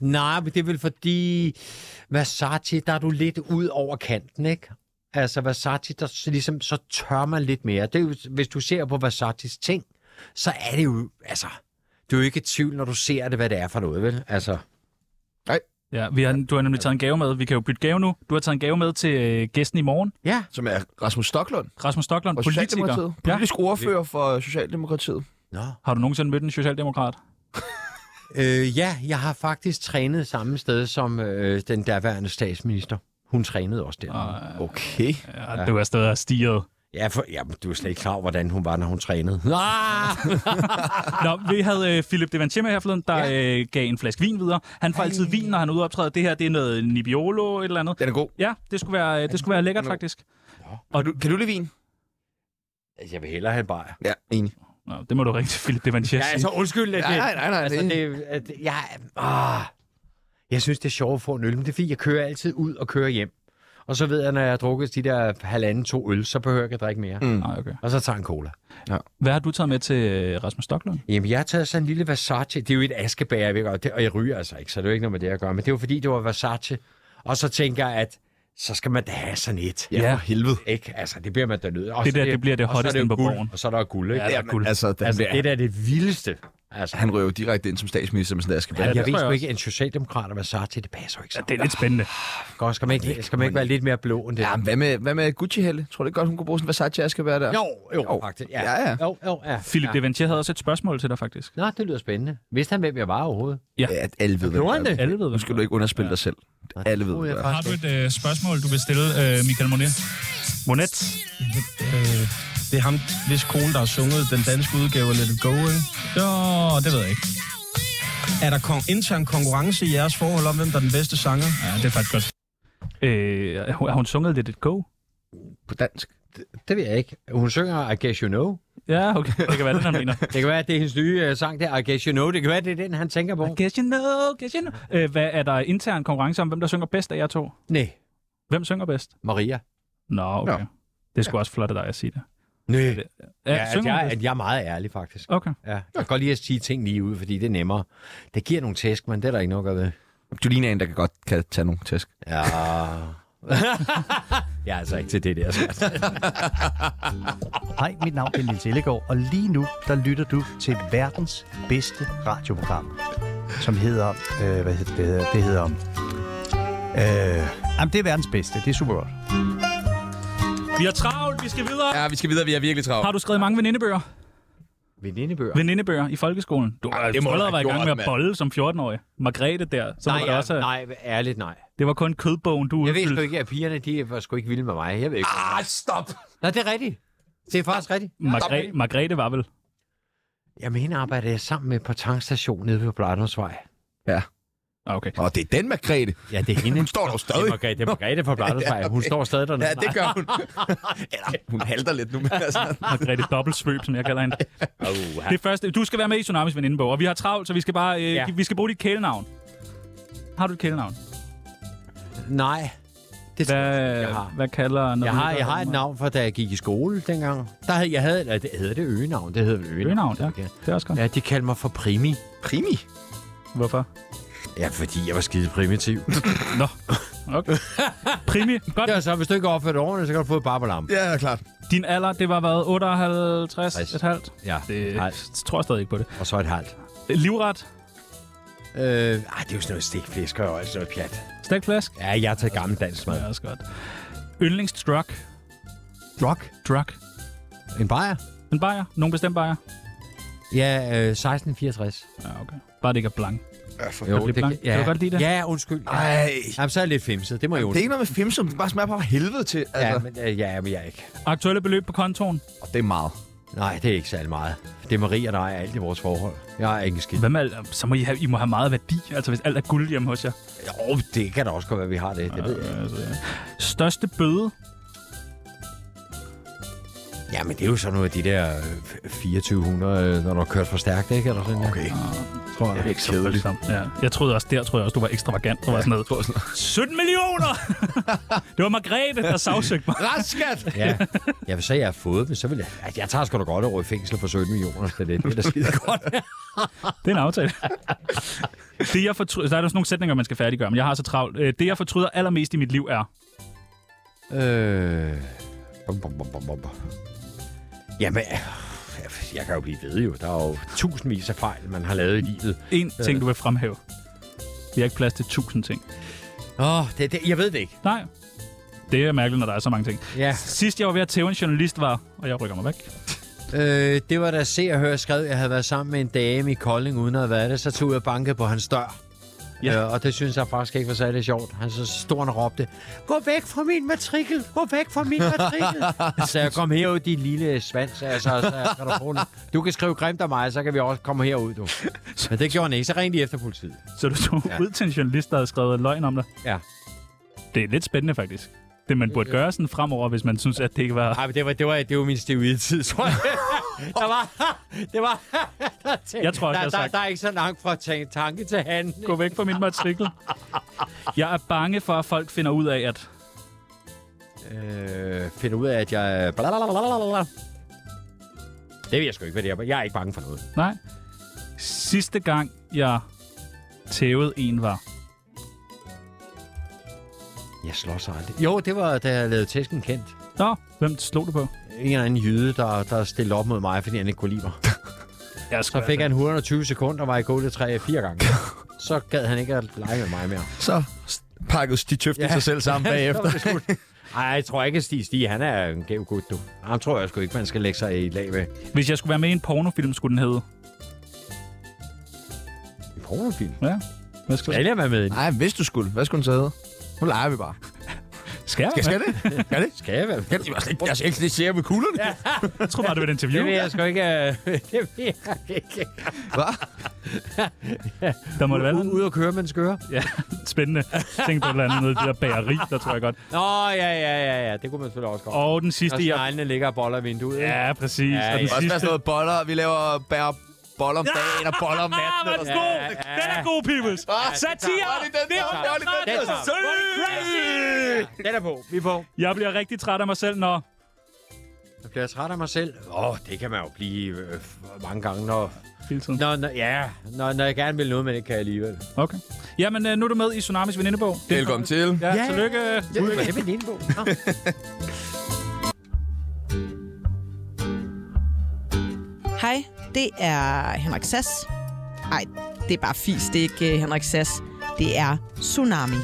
S4: <laughs> Nej, men det er vel fordi, Versace, der er du lidt ud over kanten, ikke? Altså Versace, der s- ligesom, så tør man lidt mere. Det er jo, hvis du ser på Versace's ting, så er det jo, altså, du er jo ikke i tvivl, når du ser det, hvad det er for noget, vel? Altså,
S2: Ja, vi har, du har nemlig taget en gave med. Vi kan jo bytte gave nu. Du har taget en gave med til øh, gæsten i morgen.
S4: ja.
S1: Som er Rasmus Stocklund
S2: Rasmus Stocklund,
S1: fra
S2: politiker.
S1: Socialdemokratiet.
S2: Ja.
S1: Politisk ordfører for Socialdemokratiet.
S4: Nå.
S2: Har du nogensinde mødt en socialdemokrat?
S4: Øh, ja, jeg har faktisk trænet samme sted som øh, den derværende statsminister. Hun trænede også der.
S2: Ej.
S1: Okay.
S2: Ja, du er stadig stiget.
S4: Ja, for, jamen, du er slet ikke klar over, hvordan hun var, når hun trænede. <laughs> Ah!
S2: Nå, vi havde øh, Philip Devantier med her forleden, der ja. øh, gav en flaske vin videre. Han får altid vin, når han er ude og optræde. Det her, det er noget Nebbiolo et eller andet.
S1: Den er god.
S2: Ja, det skulle være, øh, det skulle være lækkert, faktisk.
S1: Kan du, kan du lide vin?
S4: Altså, Jeg vil hellere have en bajer.
S1: Ja, enig.
S2: Nå, det må du ringe til Philip Devantier
S4: Ja,
S2: sige.
S4: altså, undskyld. at
S1: Nej,
S4: det-
S1: nej, nej. nej
S4: Altså, det, at, jeg, ah, jeg synes, det er sjovt at få en øl, men det er fordi, jeg kører altid ud og kører hjem. Og så ved jeg, når jeg har drukket de der halvanden to øl, så behøver jeg ikke at drikke mere. Mm.
S2: Nej, okay.
S4: Og så tager jeg en cola.
S2: Hvad har du taget med til øh, Rasmus Stocklund?
S4: Jamen, jeg har taget sådan en lille Versace. Det er jo et askebær, jeg ved godt, det- og jeg ryger altså ikke, så det er jo ikke noget med det at gøre. Men det var fordi, det var Versace. Og så tænker jeg, at så skal man da have sådan et.
S2: Ja.
S5: Ja, for helvede.
S4: Ikke? Altså, det bliver man da nødt til. Og
S2: Det
S4: så
S2: der, det bliver det
S4: og så er
S2: hotteste
S4: jo
S2: på
S4: guld,
S2: Borgen.
S4: Og så er der guld, ikke?
S2: Ja, der er guld.
S5: Altså, den
S4: altså,
S5: der,
S4: det der er det vildeste. Altså,
S5: han røver direkte ind som statsminister med sådan der skal
S4: Ja,
S5: ja,
S2: det
S4: jeg ved
S2: tror jeg
S4: sgu
S2: også.
S4: ikke, en socialdemokrat, hvad så til, det passer jo ikke så.
S2: Det er lidt spændende.
S4: Godt, skal man ikke, skal man ikke være lidt mere blå end det?
S5: Jamen, hvad med, hvad med Gucci Helle? Tror du ikke godt, hun kunne bruge sådan en Versace Askeberg der?
S4: Jo, jo, jo,
S5: Jo.
S4: faktisk.
S5: Ja, ja.
S4: Jo, jo, ja.
S2: Philip ja.
S4: ja.
S2: Deventier havde også et spørgsmål til dig, faktisk.
S4: Nå, det lyder spændende. Vidste han, hvem jeg var overhovedet?
S5: Ja, at alle ved,
S4: Gjorde han
S5: det
S4: det?
S5: er.
S2: Alle ved,
S5: Nu skal du ikke underspille dig selv. Alle ved,
S4: Troede
S5: det
S4: jeg
S5: er.
S4: faktisk ikke.
S2: et øh, spørgsmål, du vil stille øh, Michael Monet? Monet?
S6: Øh, det er ham, hvis kone, der har sunget den danske udgave af Let It Go, ikke? Jo, det ved jeg ikke. Er der kon- intern konkurrence i jeres forhold om, hvem der er den bedste sanger?
S2: Ja, det er faktisk godt. Øh, har hun sunget lidt et go?
S5: På dansk.
S4: Det ved jeg ikke. Hun synger I Guess You Know.
S2: Ja, okay. Det kan være, det han mener.
S4: Det kan være, at det er hendes nye uh, sang der, I Guess You Know. Det kan være, det er den, han tænker på.
S2: Guess you know, guess you know. Øh, hvad er der intern konkurrence om, hvem der synger bedst af jer to?
S4: Nej,
S2: Hvem synger bedst?
S4: Maria.
S2: Nå, okay. Det skulle også flot af dig at sige det.
S4: Nej.
S2: Ja,
S4: Ja, at
S2: synger hun
S4: jeg,
S2: bedst?
S4: at jeg er meget ærlig, faktisk.
S2: Okay.
S4: Ja. Jeg kan godt lide at sige ting lige ud, fordi det er nemmere. Det giver nogle tæsk, men det er der ikke nok at gøre ved.
S5: Du ligner en, der kan godt kan tage nogle tæsk.
S4: <laughs> Ja. jeg er altså ikke til det der. skat.
S8: Hej, mit navn er Nils Ellegaard, og lige nu, der lytter du til verdens bedste radioprogram, som hedder, øh, hvad hedder det, det hedder, det hedder, øh, jamen, det er verdens bedste, det er super godt.
S2: Vi har travlt, vi skal videre.
S5: Ja, vi skal videre. Vi er virkelig travlt.
S2: Har du skrevet mange venindebøger?
S4: Venindebøger.
S2: Venindebøger i folkeskolen? Du har
S5: det må du
S2: allerede
S5: have
S2: været i gang med
S5: gjort,
S2: at
S5: mand.
S2: bolle som 14-årig. Margrethe der, så var
S4: Nej,
S2: det også...
S4: jeg, nej, ærligt nej.
S2: Det var kun kødbogen, du
S4: Jeg ved sgu
S2: udfyldte.
S4: ikke, at pigerne de var sgu ikke vilde med mig. Jeg ved ikke.
S5: Ah, stop!
S4: Nå, det er rigtigt. Det er faktisk rigtigt.
S2: Margre- Margrethe var vel...
S4: Jeg mener, arbejder jeg sammen med på tankstationen nede ved Bladrumsvej.
S2: Ah, Okay.
S5: Og det er den, Margrethe.
S4: Ja, det er <laughs> hende.
S5: Hun står der jo stadig.
S4: Margrethe, det er Margrethe fra Bladrumsvej. Hun står stadig dernede.
S5: Ja, det gør hun. <laughs> Eller, hun halter lidt nu, men
S4: <laughs>
S5: altså...
S2: Margrethe Dobbeltsvøb, som jeg kalder hende.
S4: Oh,
S2: Det første, du skal være med i Tsunamis venindebog, og vi har travlt, så vi skal bare øh,
S4: Ja.
S2: ja. vi skal bruge dit kælenavn. Har du et kælenavn?
S4: Nej. Det tror jeg
S2: Hvad, øh,
S4: jeg har.
S2: hvad kalder når
S4: Jeg
S2: du
S4: har,
S2: lytter
S4: jeg har et
S2: til
S4: navn fra, da jeg gik i skole dengang. Der havde, jeg havde, eller, det- hedder det øgenavn? Det hedder vel
S2: mig?
S4: øgenavn.
S2: Øgenavn, ja. Det er også godt.
S4: Ja, de kaldte mig for Primi.
S5: Primi.
S2: Hvorfor?
S4: Ja, fordi jeg var skide
S2: <laughs>
S4: primitiv.
S2: Nå.
S4: <laughs>
S2: Okay. Primi, godt.
S4: det var så, hvis du ikke opførte ordentligt, så kan du få et barbalam.
S5: Ja, klart.
S2: Din alder, det var været 58, et halvt.
S4: Ja,
S2: Det
S4: Nej,
S2: tror jeg stadig ikke på det.
S4: og så et halvt.
S2: Livret,
S4: Øh, ej, det er jo sådan noget stikflæsk og sådan noget pjat.
S2: stegt flask.
S4: Ja, jeg tager gammel dansk
S2: Det
S4: mad.
S2: er også godt. Yndlingsdrug.
S4: Rock?
S2: Drug.
S4: En bajer?
S2: En bajer. Nogen bestemt bajer.
S4: Ja, øh, 1664.
S2: Ja, okay. Bare det ikke er blank.
S4: Jo,
S2: du lide blank?
S4: ja.
S2: Kan du godt lide det?
S4: Ja, undskyld. Ja.
S5: Ej.
S4: Jamen, så er jeg lidt femset. Det må jeg jo
S5: Det er ikke noget med femsum. Det bare smager bare af helvede til. Altså.
S4: Ja, men, øh, ja, men jeg er ikke.
S2: Aktuelle beløb på kontoen.
S5: Og det er meget.
S4: Nej, det er ikke særlig meget. Det er Marie og dig alt i vores forhold. Jeg er ikke en skid.
S2: Hvad med alt? Så må I, have, I må have meget værdi, altså hvis alt er guld hjemme hos jer.
S4: Jo, det kan da også godt være, vi har det. Det ved jeg.
S5: Øh.
S2: Altså, ja. Største bøde.
S4: Ja, men det er jo sådan noget af de der øh, 2400, øh, når du har kørt for stærkt, ikke? Eller sådan, okay.
S2: Tror jeg. Det er ikke kedeligt. Ja. Jeg troede også, der troede jeg også, du var ekstravagant. Der var sådan noget. 17 millioner! <laughs> det var Margrethe, der sagsøgte mig.
S5: Raskat!
S4: Ja. Jeg vil sige, at jeg har fået dem, så vil jeg... Altså, jeg tager sgu da godt over i fængsel for 17 millioner, så det, det er da skide
S5: <laughs>
S4: godt.
S2: Det er en aftale. det, jeg fortryder, der er jo sådan nogle sætninger, man skal færdiggøre, men jeg har så travlt. Øh, Det, jeg fortryder allermest i mit liv er...
S4: øh... Bum, bum, bum, bum, bum. bum. Jamen, øh, jeg kan jo blive ved jo. Der er jo tusindvis af fejl, man har lavet i livet.
S2: En ting, du vil fremhæve. Vi har ikke plads til tusind ting.
S4: Åh, oh, det, det, jeg ved det ikke.
S2: Nej. Det er mærkeligt, når der er så mange ting.
S4: Ja.
S2: Sidst jeg var ved at tæve en journalist var... Og jeg rykker mig væk.
S4: Øh, det var da Se og Hør skrev, at jeg havde været sammen med en dame i Kolding, uden at have været det. Så tog jeg og bankede på hans dør. Ja.
S2: Ja.
S4: Øh, og det synes jeg faktisk ikke var særlig sjovt. Han så stod og råbte, gå væk fra min matrikel, gå væk fra min <laughs> matrikel. så jeg kom herud, din lille svans, altså, så kan du få den. Du kan skrive grimt af mig, så kan vi også komme herud, du. <laughs> Men det gjorde han ikke, så ringte de efter politiet.
S2: Så du tog ja. ud til en journalist, der havde skrevet løgn om dig.
S4: Ja.
S2: Det er lidt spændende, faktisk. Det, man burde gøre sådan fremover, hvis man synes, at det ikke var...
S4: Ej, men det var, det var, det var min steroidetid, tror jeg. <laughs> der var, <laughs> det var, der,
S2: Jeg tror også, jeg
S4: der,
S2: har
S4: der,
S2: sagt-
S4: der, er ikke så langt fra tan- tanke til handling.
S2: Gå væk fra min matrikel. Jeg er bange for, at folk finder ud af, at...
S4: øh, finder ud af, at jeg... Blablabla. Det ved jeg sgu ikke, hvad det er. Jeg er ikke bange for noget.
S2: Nej. Sidste gang, jeg tævede en, var...
S4: Jeg slår sig aldrig. Jo, det var, da jeg lavede tæsken kendt.
S2: Nå, hvem slog du på?
S4: En eller anden jyde, der, der stillede op mod mig, fordi han ikke kunne lide mig.
S2: Jeg
S4: Så fik han 120 sekunder, var i gulvet 3-4 gange. Så gad han ikke at lege med mig mere.
S1: Så pakkede Stig Tøften ja. sig selv sammen
S4: <laughs>
S1: bagefter.
S4: Nej, jeg tror ikke, at Stig, Stig han er en gæv gut, du. Ham tror jeg sgu ikke, man skal lægge sig i lag med.
S2: Hvis jeg skulle være med i en pornofilm, skulle den hedde.
S4: En pornofilm?
S2: Ja. Hvad skal,
S4: Skal jeg være med i den?
S5: Nej, hvis du skulle. Hvad skulle den så hedde? Nu leger vi bare.
S2: skal jeg?
S1: Skal, skal det? Skal det?
S4: Skal jeg være med?
S1: Skal det? Jeg skal ikke- <laughs> Jeg skal ikke lige se med kuglerne. Ja.
S2: Jeg tror bare, det var et interview.
S4: Det vil jeg sgu ikke. øh, <laughs> det vil jeg ikke.
S2: Der måtte være
S4: Ude og køre, men skøre.
S2: Ja, spændende. Tænk på et eller andet med det der bageri, der tror jeg godt.
S4: Nå, ja, ja, ja, ja. Det kunne man selvfølgelig også godt. Og
S2: Og den sidste,
S4: Når
S2: jeg...
S4: sneglene ligger og boller i vinduet. ikke?
S2: Ja, præcis.
S4: Ja,
S2: Og den
S4: ja.
S1: Også være
S2: sidste...
S1: sådan noget boller. Vi laver bærer boller om dagen og boller om
S2: Ah,
S1: natten.
S2: var
S1: eller
S2: den
S1: sådan
S2: god!
S4: Ja, ja.
S2: Den er god, peoples! Satire!
S1: noget. Det er den
S4: Det
S1: der.
S4: var-
S1: Det var lige den
S4: det
S1: der.
S4: var- Den er på. Vi er på.
S2: Jeg bliver rigtig træt af mig selv, når...
S4: Jeg bliver træt af mig selv. Åh, oh, det kan man jo blive øh, mange gange, når...
S2: Hele tiden.
S4: Når, når, ja, når, når jeg gerne vil noget, men ikke kan alligevel.
S2: Okay. Jamen, øh, nu er du med i Tsunamis venindebog. Det er-
S1: Velkommen til.
S2: Ja, tillykke.
S4: Gud, hvad er det med din bog? Nå.
S9: Hej, det er Henrik Sass. Nej, det er bare fis, det er ikke øh, Henrik Sass. Det er Tsunami.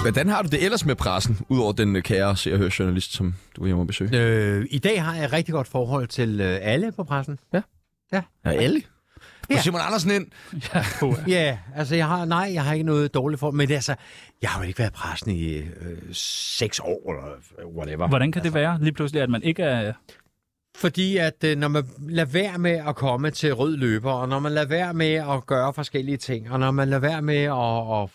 S1: Hvordan har du det ellers med pressen, udover den øh, kære se- og journalist, som du var hjemme og besøge?
S4: <laughs> Øh, I dag har jeg et rigtig godt forhold til øh, alle på pressen.
S1: Ja, alle. Ja.
S4: Ja.
S1: Simon Andersen ind.
S4: Ja, altså jeg har, nej, jeg har ikke noget dårligt forhold, men altså, jeg har jo ikke været i pressen i øh, seks år, eller whatever.
S2: Hvordan kan det være lige pludselig, at man ikke er...
S4: Fordi at øh, når man lader være med at komme til rød løber, og når man lader være med at gøre forskellige ting, og når man lader være med at og, og,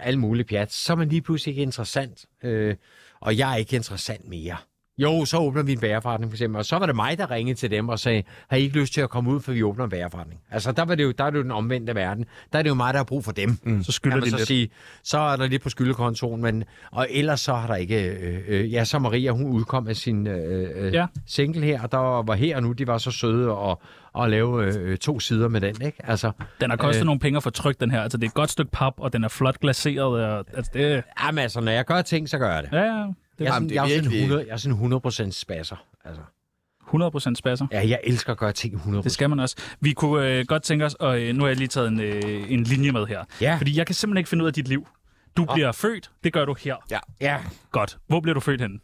S4: alle mulige pjat, så er man lige pludselig ikke interessant. Øh, og jeg er ikke interessant mere. Jo, så åbner vi en bagerforretning for eksempel, og så var det mig, der ringede til dem og sagde, har I ikke lyst til at komme ud, for vi åbner en bagerforretning? Altså, der, var det jo, der er det jo den omvendte verden. Der er det jo mig, der har brug for dem. Mm.
S2: Så skylder
S4: Kan man
S2: de
S4: så
S2: lidt.
S4: sige, så er der lidt på skyldekontoen, men, og ellers så har der ikke... Øh, øh, ja, så Maria, hun udkom med sin øh, øh,
S2: Ja.
S4: ja. single her, og der var, var her og nu, de var så søde at, at lave øh, øh, to sider med den, ikke? Altså,
S2: Den har kostet øh. nogle penge at få trykt, den her. Altså, det er et godt stykke pap, og den er flot glaseret. Og, altså, det...
S4: jamen, altså, når jeg gør ting, så gør jeg det.
S2: Ja, ja.
S4: Jeg er,
S1: Jamen,
S4: sådan,
S1: det er
S4: jeg, er sådan
S1: virkelig-
S4: 100, jeg er sådan 100 spasser. Altså.
S2: 100% spasser.
S4: Ja, jeg elsker at gøre ting 100
S2: Det skal man også. Vi kunne øh, godt tænke os, og øh, nu har jeg lige taget en, øh, en linje med her.
S4: Ja.
S2: Fordi jeg kan simpelthen ikke finde ud af dit liv. Du bliver født, det gør du her.
S4: Ja.
S2: Godt. Hvor bliver du født henne?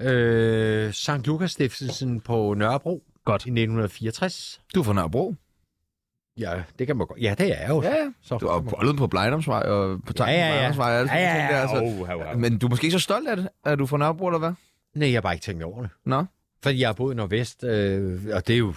S4: Øh, Sankt Lukas Stiftelsen på Nørrebro
S2: Godt.
S4: i 1964.
S1: Du er fra Nørrebro.
S4: Ja, det kan man godt. Ja, det er jeg jo.
S1: Ja, ja.
S4: Så,
S1: Du har bollet på Blejdomsvej og på tanken
S4: Ja, ja,
S1: på
S4: ja.
S1: Blejdomsvej. og alle sådan
S4: Ja,
S1: nogle
S4: ja,
S1: ting der,
S4: ja.
S1: altså.
S4: Oh, wow, wow.
S1: Men du er måske ikke så stolt af det, at du er fra Nørrebro, eller hvad?
S4: Nej, jeg har bare ikke tænkt over det.
S1: Nå.
S4: Fordi jeg har boet i Nordvest, øh, og det er jo...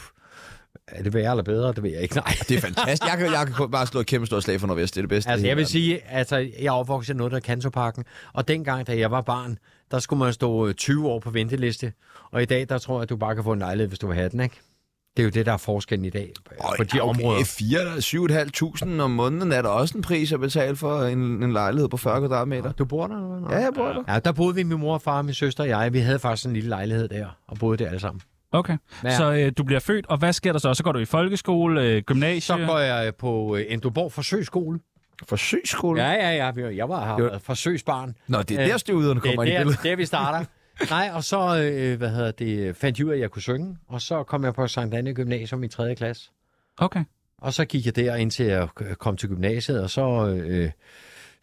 S4: Er det værre eller bedre? Det ved jeg ikke. <laughs> Nej.
S1: Det er fantastisk. Jeg kan, jeg kan bare slå et kæmpe stort slag for Nordvest. Det er det bedste.
S4: Altså,
S1: i
S4: jeg vil
S1: verden.
S4: sige, altså, jeg er opvokset i noget, der er Kantoparken, og dengang, da jeg var barn, der skulle man stå øh, 20 år på venteliste, og i dag, der tror jeg, at du bare kan få en lejlighed, hvis du vil have den, ikke? Det er jo det, der er forskellen i dag øh,
S1: Øj,
S4: på de
S1: ja, okay.
S4: områder.
S1: 4.500 om måneden er der også en pris at betale for en, en lejlighed på 40 kvadratmeter.
S4: Du bor der, eller hvad? Nå.
S1: Ja, jeg bor der.
S4: Ja, der boede vi, min mor, og far, min søster og jeg. Vi havde faktisk en lille lejlighed der, og boede der alle sammen.
S2: Okay.
S4: Ja.
S2: Så øh, du bliver født, og hvad sker der så? Så går du i folkeskole, øh, gymnasie?
S4: Så går jeg øh, på øh, Endroborg Forsøgsskole.
S1: Forsøgsskole.
S4: Ja, ja, ja. vi- Jeg var her været forsøgsbarn.
S1: Nå, det er der,
S4: Øh,
S1: støvyderne kommer
S4: det,
S1: ind i
S4: er
S1: billedet.
S4: der, der, vi starter. Nej, og så øh, hvad hedder det, fandt jeg ud af, at jeg kunne synge, og så kom jeg på Sankt Anne Gymnasium i 3. klasse.
S2: Okay.
S4: Og så gik jeg der, indtil jeg øh, kom til gymnasiet, og så øh,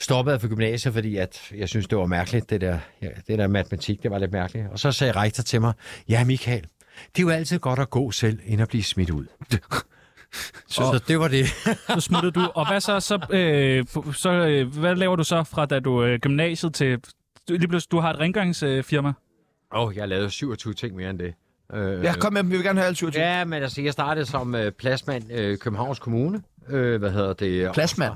S4: stoppede jeg for gymnasiet, fordi at jeg synes det var mærkeligt, det der, ja, det der matematik, det var lidt mærkeligt. Og så sagde rektor til mig, ja Michael, det er jo altid godt at gå selv, end at blive smidt ud. <laughs> så det var det.
S2: Så smuttede du. Og hvad så? så, øh, f- så øh, hvad laver du så fra da du øh, gymnasiet til... Du, lige pludselig, du har et rengøringsfirma.
S4: Åh, oh, jeg lavede 27 ting mere end det. Øh,
S1: Ja, kom med dem. Vi vil gerne have alle 27.
S4: Ja, men altså, jeg startede som øh, pladsmand øh, Københavns Kommune. Øh, hvad hedder det?
S1: Pladsmand?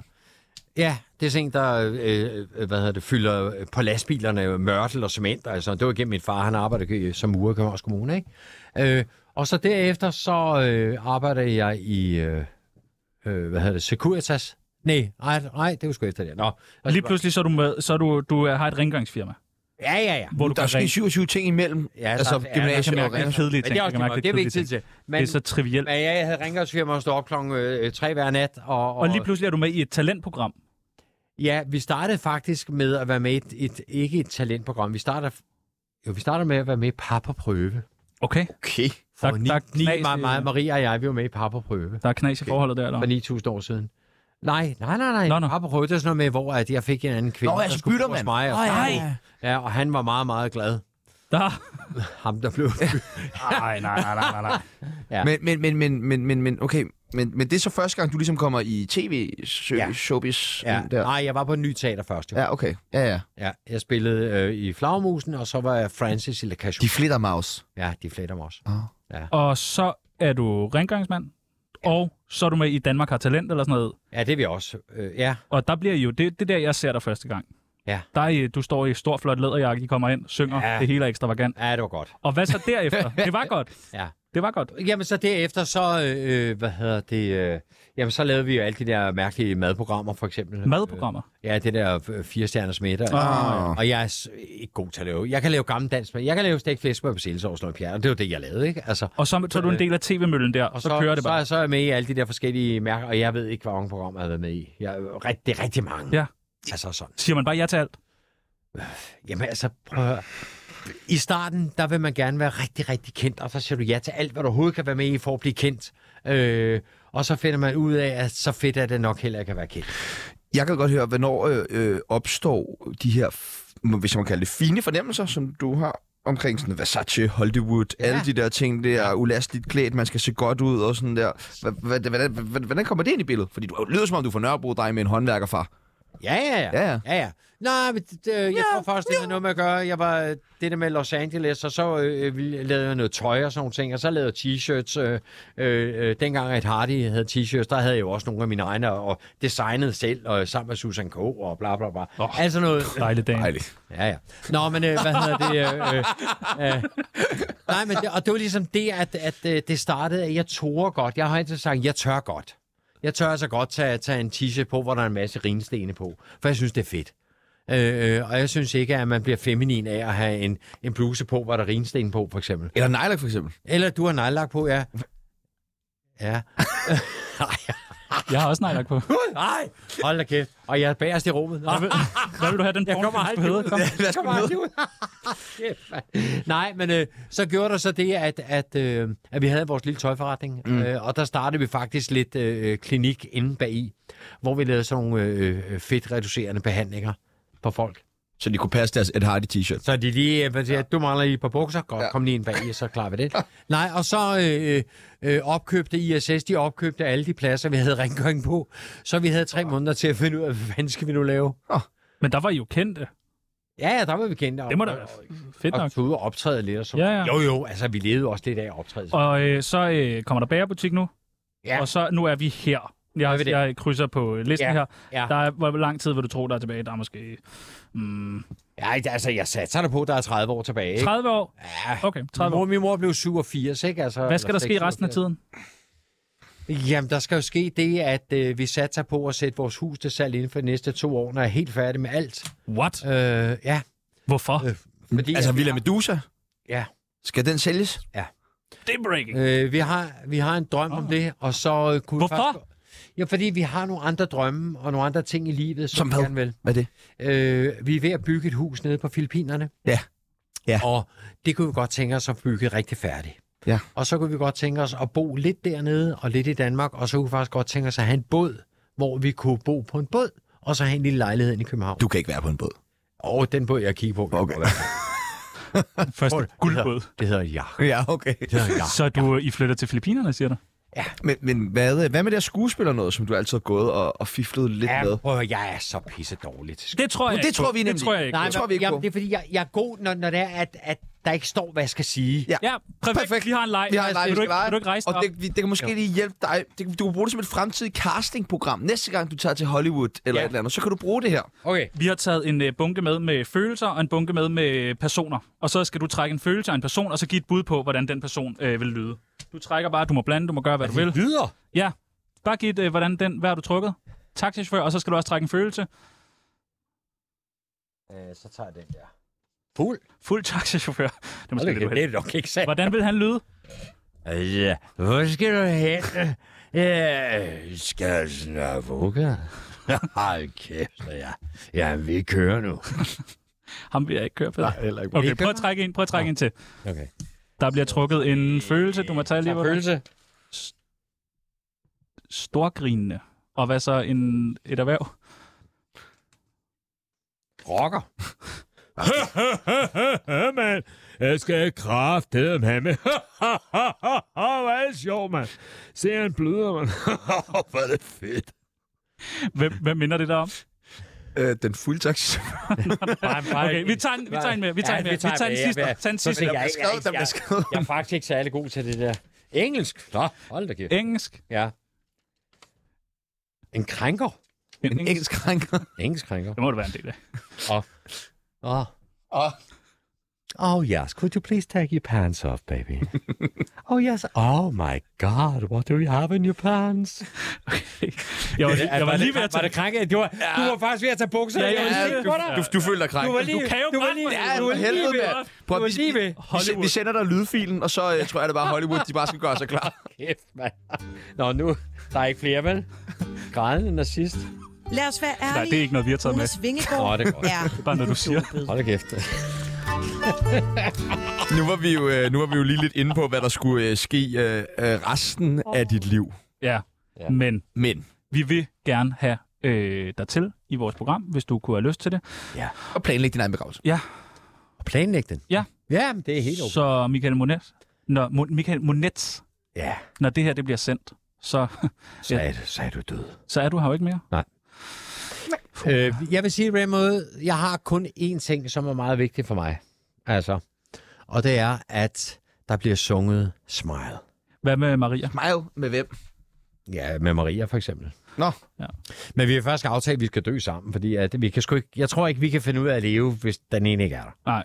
S4: Ja, det er sådan en, der øh, øh, hvad hedder det, fylder øh, på lastbilerne mørtel og cement. Altså, det var gennem min far, han arbejdede øh, som murer i Københavns Kommune. Ikke? Øh, og så derefter, så øh, arbejdede jeg i, øh, øh, hvad hedder det, Securitas. Nej, nej, nej, det var sgu efter det. Nå, og
S2: Lige pludselig, så er du, med, så er du, du øh, har et rengøringsfirma.
S4: Ja, ja, ja.
S2: Hvor du
S1: Der er
S2: kan
S1: sådan
S2: rengøre.
S1: 27 ting imellem.
S4: Ja, der-
S1: altså,
S4: ja, der
S1: gymnasium
S2: kan
S1: og
S2: mærke
S1: rengøring.
S2: en kedelig
S4: Men
S2: ting.
S4: det er også
S2: Jeg kan
S4: lige
S2: mærke,
S4: meget.
S2: det
S4: Det er
S2: er
S4: vi ikke
S2: kedelige
S4: tid til.
S2: ting.
S4: Men-
S2: Det er så trivielt.
S4: Men jeg havde rengøringsfirma og stod op klokken øh, tre hver nat. Og,
S2: Og lige pludselig er du med i et talentprogram.
S4: Ja, vi startede faktisk med at være med i et, et ikke et talentprogram. Vi starter, jo, vi starter med at være med i Pap og Prøve.
S2: Okay,
S1: Okay.
S4: For
S2: Der-
S4: ni,
S2: der er
S4: ni,
S2: knas i-
S4: mig, mig, Maria og jeg, vi var med i Pap og Prøve.
S2: der er knas i forholdet der, eller?
S4: For 9000 år siden. Nej, nej, nej, nej.
S2: Nå,
S4: Nå,
S2: nå.
S4: nå. Pap og Prøve, det er sådan noget med, hvor at jeg fik en anden kvinde,
S1: Nå, altså,
S4: der skulle
S1: bytter
S4: bo hos
S1: man.
S4: mig. Og,
S1: Åh, ja.
S4: ja. ja, og han var meget, meget glad.
S2: Der,
S4: Ham, der blev...
S8: Nej, nej, nej, nej, nej.
S4: Ja.
S1: Men, men, men, men, men, men, men, okay. Men, men det er så første gang, du ligesom kommer i tv-showbiz
S4: ja.
S1: der.
S4: <laughs> Nej, jeg var på en ny teater først. Jo.
S1: Ja, okay. Ja, ja.
S4: Ja, jeg spillede øh, i Flagmusen, og så var jeg Francis i La Cachou.
S1: De flitter mouse.
S4: Ja, de fletter mig også.
S2: og så er du rengøringsmand, og så er du med i Danmark har talent, eller sådan noget.
S4: Ja, det er vi også. Øh, ja,
S2: Og der bliver I jo, det, det er der, jeg ser dig første gang.
S4: Ja.
S2: Der er, I- du står i stor, flot læderjakke, I kommer ind, synger, ja.
S4: Ja.
S2: det hele er ekstravagant.
S4: ja, det var godt.
S2: Og hvad så
S4: <laughs>
S2: derefter? det var godt.
S4: Ja.
S2: Det var godt.
S4: Jamen, så derefter, så, øh, øh, hvad hedder det, øh, jamen, så lavede vi jo alle de der mærkelige madprogrammer, for eksempel.
S2: Madprogrammer.
S4: Øh, ja, det der øh, firestjerners middag.
S1: Ah.
S4: Og jeg er s- ikke god til at lave. Jeg kan lave gammeldansk, men jeg kan lave stegt flæsk med persillesovs og pjerne, og det var det, jeg lavede, ikke? Altså,
S2: Og så, så er du en del af tv-møllen der, og så, så kører det bare.
S4: Så, så er jeg med i alle de der forskellige mærker, og jeg ved ikke, hvor mange programmer jeg har været med i. Jeg, rigt, det er rigtig mange.
S2: Ja.
S4: Altså sådan.
S2: Siger man bare ja til alt?
S4: Jamen altså, prøv at høre. I starten, der vil man gerne være rigtig, rigtig kendt, og så siger du ja til alt, hvad du overhovedet kan være med i for at blive kendt. Øh, og så finder man ud af, at så fedt er det nok heller ikke at være kendt.
S1: Jeg kan godt høre, hvornår øh, øh, opstår de her, f- må- hvis man kan kalde det, fine fornemmelser, som du har omkring sådan Versace, Hollywood, ja. alle de der ting der, ulasteligt klædt, man skal se godt ud og sådan der. Hva- hva- Hvordan hva- hvordan kommer det ind i billedet? Fordi du lyder som om, du er fra Nørrebro, dig med en håndværkerfar.
S4: Ja, ja, ja.
S1: Ja, ja.
S4: ja, ja. Nej, men det, øh, jeg tror først, det havde noget med at gøre. Jeg var øh, det der med Los Angeles, og så øh, vi lavede jeg noget tøj og sådan nogle ting, og så lavede jeg t-shirts. Øh, øh, øh, dengang, at Hardy havde t-shirts, der havde jeg jo også nogle af mine egne, og designede selv, og sammen med Susan K. og bla bla bla. Oh, altså noget...
S2: Dejlig dag.
S1: Dejligt.
S4: Ja, ja. Nå, men øh, hvad hedder det? Øh, øh, øh, nej, men det, og det var ligesom det, at, at øh, det startede, at jeg tog godt. Jeg har altid sagt, jeg tør godt. Jeg tør altså godt tage, tage en t-shirt på, hvor der er en masse rinstene på, for jeg synes, det er fedt. Øh, øh, og jeg synes ikke, at man bliver feminin af at have en, en bluse på, hvor der er rinsten på, for eksempel.
S1: Eller nejlak for eksempel.
S4: Eller du har nejlak på, ja. Ja.
S2: Jeg har også nejlagt
S4: <laughs>
S2: på.
S4: Nej, hold da kæft. Og jeg er bagerst i rummet. Nå.
S2: Hvad vil du have den
S4: Jeg
S2: pornofilm
S4: kommer aldrig
S2: på
S4: ud.
S2: hedder? Kom.
S4: Jeg kommer aldrig ud. <laughs> Kæft, mand. Nej, men øh, så gjorde der så det, at, at, øh, at vi havde vores lille tøjforretning, mm. øh, og der startede vi faktisk lidt øh, klinik inde bagi, hvor vi lavede sådan nogle øh, øh, fedtreducerende behandlinger på folk.
S1: Så de kunne passe deres Ed Hardy t-shirt.
S4: Så de lige, øh, man siger, du mangler lige et par bukser, godt,
S1: Ja.
S4: ja. kom lige ind bag, i, så klarer vi det. Nej, og så øh, øh, opkøbte ISS, de opkøbte alle de pladser, vi havde rengøring på, så vi havde tre måneder til at finde ud af, hvad fanden skal vi nu lave?
S2: Men der var I jo kendte.
S4: Ja, ja, der var vi kendte.
S2: Det må da være fedt nok.
S4: Og tog ud og optræde lidt og så.
S2: Ja, ja.
S4: Jo, jo, altså vi levede jo også lidt af at optræde. Og...
S2: Og øh, så øh, kommer der bagerbutik nu,
S4: Ja.
S2: og så nu er vi her. Jeg,
S4: er vi der.
S2: jeg krydser på øh, listen
S4: Ja,
S2: her.
S4: ja.
S2: Der er, hvor lang tid vil du tro, der er tilbage? Der er måske mm,
S4: Ja, altså jeg satser der på, at der er 30 år tilbage. Ikke?
S2: 30 år?
S4: Ja.
S2: Okay, 30
S4: Min mor,
S2: år.
S4: min mor blev 87, ikke? Altså,
S2: Hvad skal der
S4: eller
S2: ske i resten af
S4: 86.
S2: tiden?
S4: Jamen, der skal jo ske det, at øh, vi satser på at sætte vores hus til salg inden for de næste to år, når jeg er helt færdig med alt.
S2: What?
S4: Øh, ja,
S2: Hvorfor?
S4: øh, fordi
S1: Altså
S4: at
S1: Villa
S4: vi,
S1: Medusa,
S4: ja,
S1: skal den sælges?
S2: Det er breaking.
S4: øh, vi, har, vi har en drøm om det, og så øh, kunne vi
S2: Ah. Hvorfor?
S4: Faktisk... Ja, fordi vi har nogle andre drømme og nogle andre ting i livet, som,
S1: Som
S4: vi
S1: hvad?
S4: gerne vil.
S1: Hvad er det?
S4: Øh, vi er ved at bygge et hus nede på Filippinerne.
S1: Ja. Ja.
S4: Og det kunne vi godt tænke os at bygge rigtig færdigt.
S1: Ja.
S4: Og så kunne vi godt tænke os at bo lidt dernede og lidt i Danmark, og så kunne vi faktisk godt tænke os at have en båd, hvor vi kunne bo på en båd, og så have en lille lejlighed inde i København.
S1: Du kan ikke være på en båd.
S4: Og den båd, jeg kigger på.
S1: Okay.
S2: Første guldbåd.
S4: Det hedder et jagt.
S1: <laughs> Ja, okay.
S4: Det hedder et jagt.
S2: Så du, øh, I flytter til Filippinerne, siger du?
S1: Men, men hvad, hvad med det her skuespiller noget, som du altid har gået og, og fiflet <laughs> lidt med?
S4: Ja, prøv at høre, jeg er så pisse dårlig til
S2: Det tror jeg
S1: Det
S2: ikke
S1: tror
S2: på.
S1: vi
S2: Det
S1: nemlig
S2: tror jeg ikke.
S1: Nej,
S2: på.
S1: tror vi ikke
S4: jamen,
S1: på.
S4: det er fordi, jeg, jeg er god, når, når det er, at, at der ikke står, hvad jeg skal sige.
S1: Ja.
S2: Ja, perfekt.
S1: Perfekt.
S2: Vi har en leg.
S1: Vi har en leg,
S2: vil,
S1: vi
S2: du
S1: skal
S2: ikke,
S1: lege.
S2: vil du ikke rejse dig
S1: Og
S2: op?
S1: det, vi- det kan måske lige hjælpe dig. Det, kan- du kan bruge det som et fremtidigt castingprogram. Næste gang du tager til Hollywood eller ja.
S4: Ja.
S1: et eller andet, så kan du bruge det her.
S4: Okay.
S2: Vi har taget en øh, bunke med med følelser og en bunke med med personer. Og så skal du trække en følelse af en person, og så give et bud på, hvordan den person øh, vil lyde. Du trækker bare, du må blande, du må gøre, hvad du vil.
S4: Lyder.
S2: Ja, bare giv et, øh, hvordan den, hvad har du trukket? Taxichauffør, og så skal du også trække en følelse.
S4: Øh, så tager jeg den der. Fuld.
S2: Fuld taxichauffør. Det er måske lidt
S4: Det
S2: uheldigt.
S4: er nok ikke sandt.
S2: Hvordan vil han lyde?
S4: <laughs> Ja, hvor skal du hen? Ja, skal jeg snakke Ej, kæft, ja. Ja, vi kører nu.
S2: Ham vil jeg ikke køre på.
S4: Nej, heller ikke.
S2: Okay, prøv at trække en, prøv at trække en til.
S4: Okay.
S2: Der bliver trukket en følelse, du må tage lige. hvor-
S4: Følelse.
S2: Storgrinende. Og hvad så en, et erhverv? <laughs>
S4: Rocker.
S6: mand. Jeg skal kraftedeme have med. Hvor er det sjovt, mand. Se, han bløder, mand.
S5: Hvor er det fedt.
S2: Hvem, hvem minder det der om?
S5: Øh, den fulde taxi.
S2: Okay, vi tager en, vi tager en mere. Vi tager en mere. Vi tager en sidste. Tag en sidste.
S4: Jeg, jeg, jeg, jeg, jeg, jeg er faktisk ikke særlig god til det der. Engelsk. Nå, hold da kæft.
S2: Engelsk.
S4: Ja. En krænker.
S2: En,
S5: En engelsk krænker.
S4: Engelsk krænker.
S2: Det må det være en del af.
S4: Åh. Åh. Oh yes, could you please take your pants off,
S5: <laughs>
S4: baby? oh yes, oh my god, what do you have in your pants?
S2: Jeg var, lige- jeg var lige ved at
S4: Var
S2: tage...
S4: det krænke? Du var, du var faktisk ved at tage bukserne.
S2: Ja, jeg var lige ved-
S4: du,
S5: Du, du føler dig
S4: du
S5: krænket.
S4: var lige,
S2: Du kan jo
S4: du var
S2: brænde
S4: lige,
S2: mig.
S5: Ja,
S4: du var
S5: for
S4: lige
S5: helvede,
S4: ved.
S5: mand. Prøv
S4: Du
S5: at
S4: var
S5: vi,
S4: lige ved.
S5: vi, vi, vi sender dig lydfilen, og så øh, tror jeg, det er bare Hollywood, de bare skal gøre sig klar.
S4: Kæft, mand. Nå, nu, der er ikke flere, vel? Grædende nazist.
S9: Lad os være ærlige.
S2: Nej, det er ikke noget, vi har taget med.
S9: Jonas Vingegaard
S4: Nå, det er godt.
S9: er
S2: Bare noget, du siger.
S4: Hold da kæft.
S5: <laughs> Nu var vi jo, øh, nu var vi jo lige lidt inde på, hvad der skulle øh, ske øh, øh, resten af dit liv.
S2: Ja.
S4: Ja.
S2: Men
S5: Men.
S2: vi vil gerne have øh, dig til i vores program, hvis du kunne have lyst til det.
S5: Og planlæg din egen begravelse.
S4: Planlæg den.
S2: Ja.
S4: Ja, men det er helt okay.
S2: Så Michael Monet, når, Mon- Michael Monet,
S4: Ja,
S2: når det her det bliver sendt, så,
S4: så er, du, så er du død.
S2: så er du her jo ikke mere.
S4: Øh, jeg vil sige på den måde, jeg har kun én ting, som er meget vigtig for mig. Altså. Og det er, at der bliver sunget Smile.
S2: Hvad med Maria?
S5: Smile med hvem?
S4: Ja, med Maria for eksempel.
S5: Nå.
S2: Ja.
S4: Men vi har først aftalt, at vi skal dø sammen, fordi at vi kan sgu ikke, jeg tror ikke, vi kan finde ud af at leve, hvis den ene ikke er der.
S2: Nej,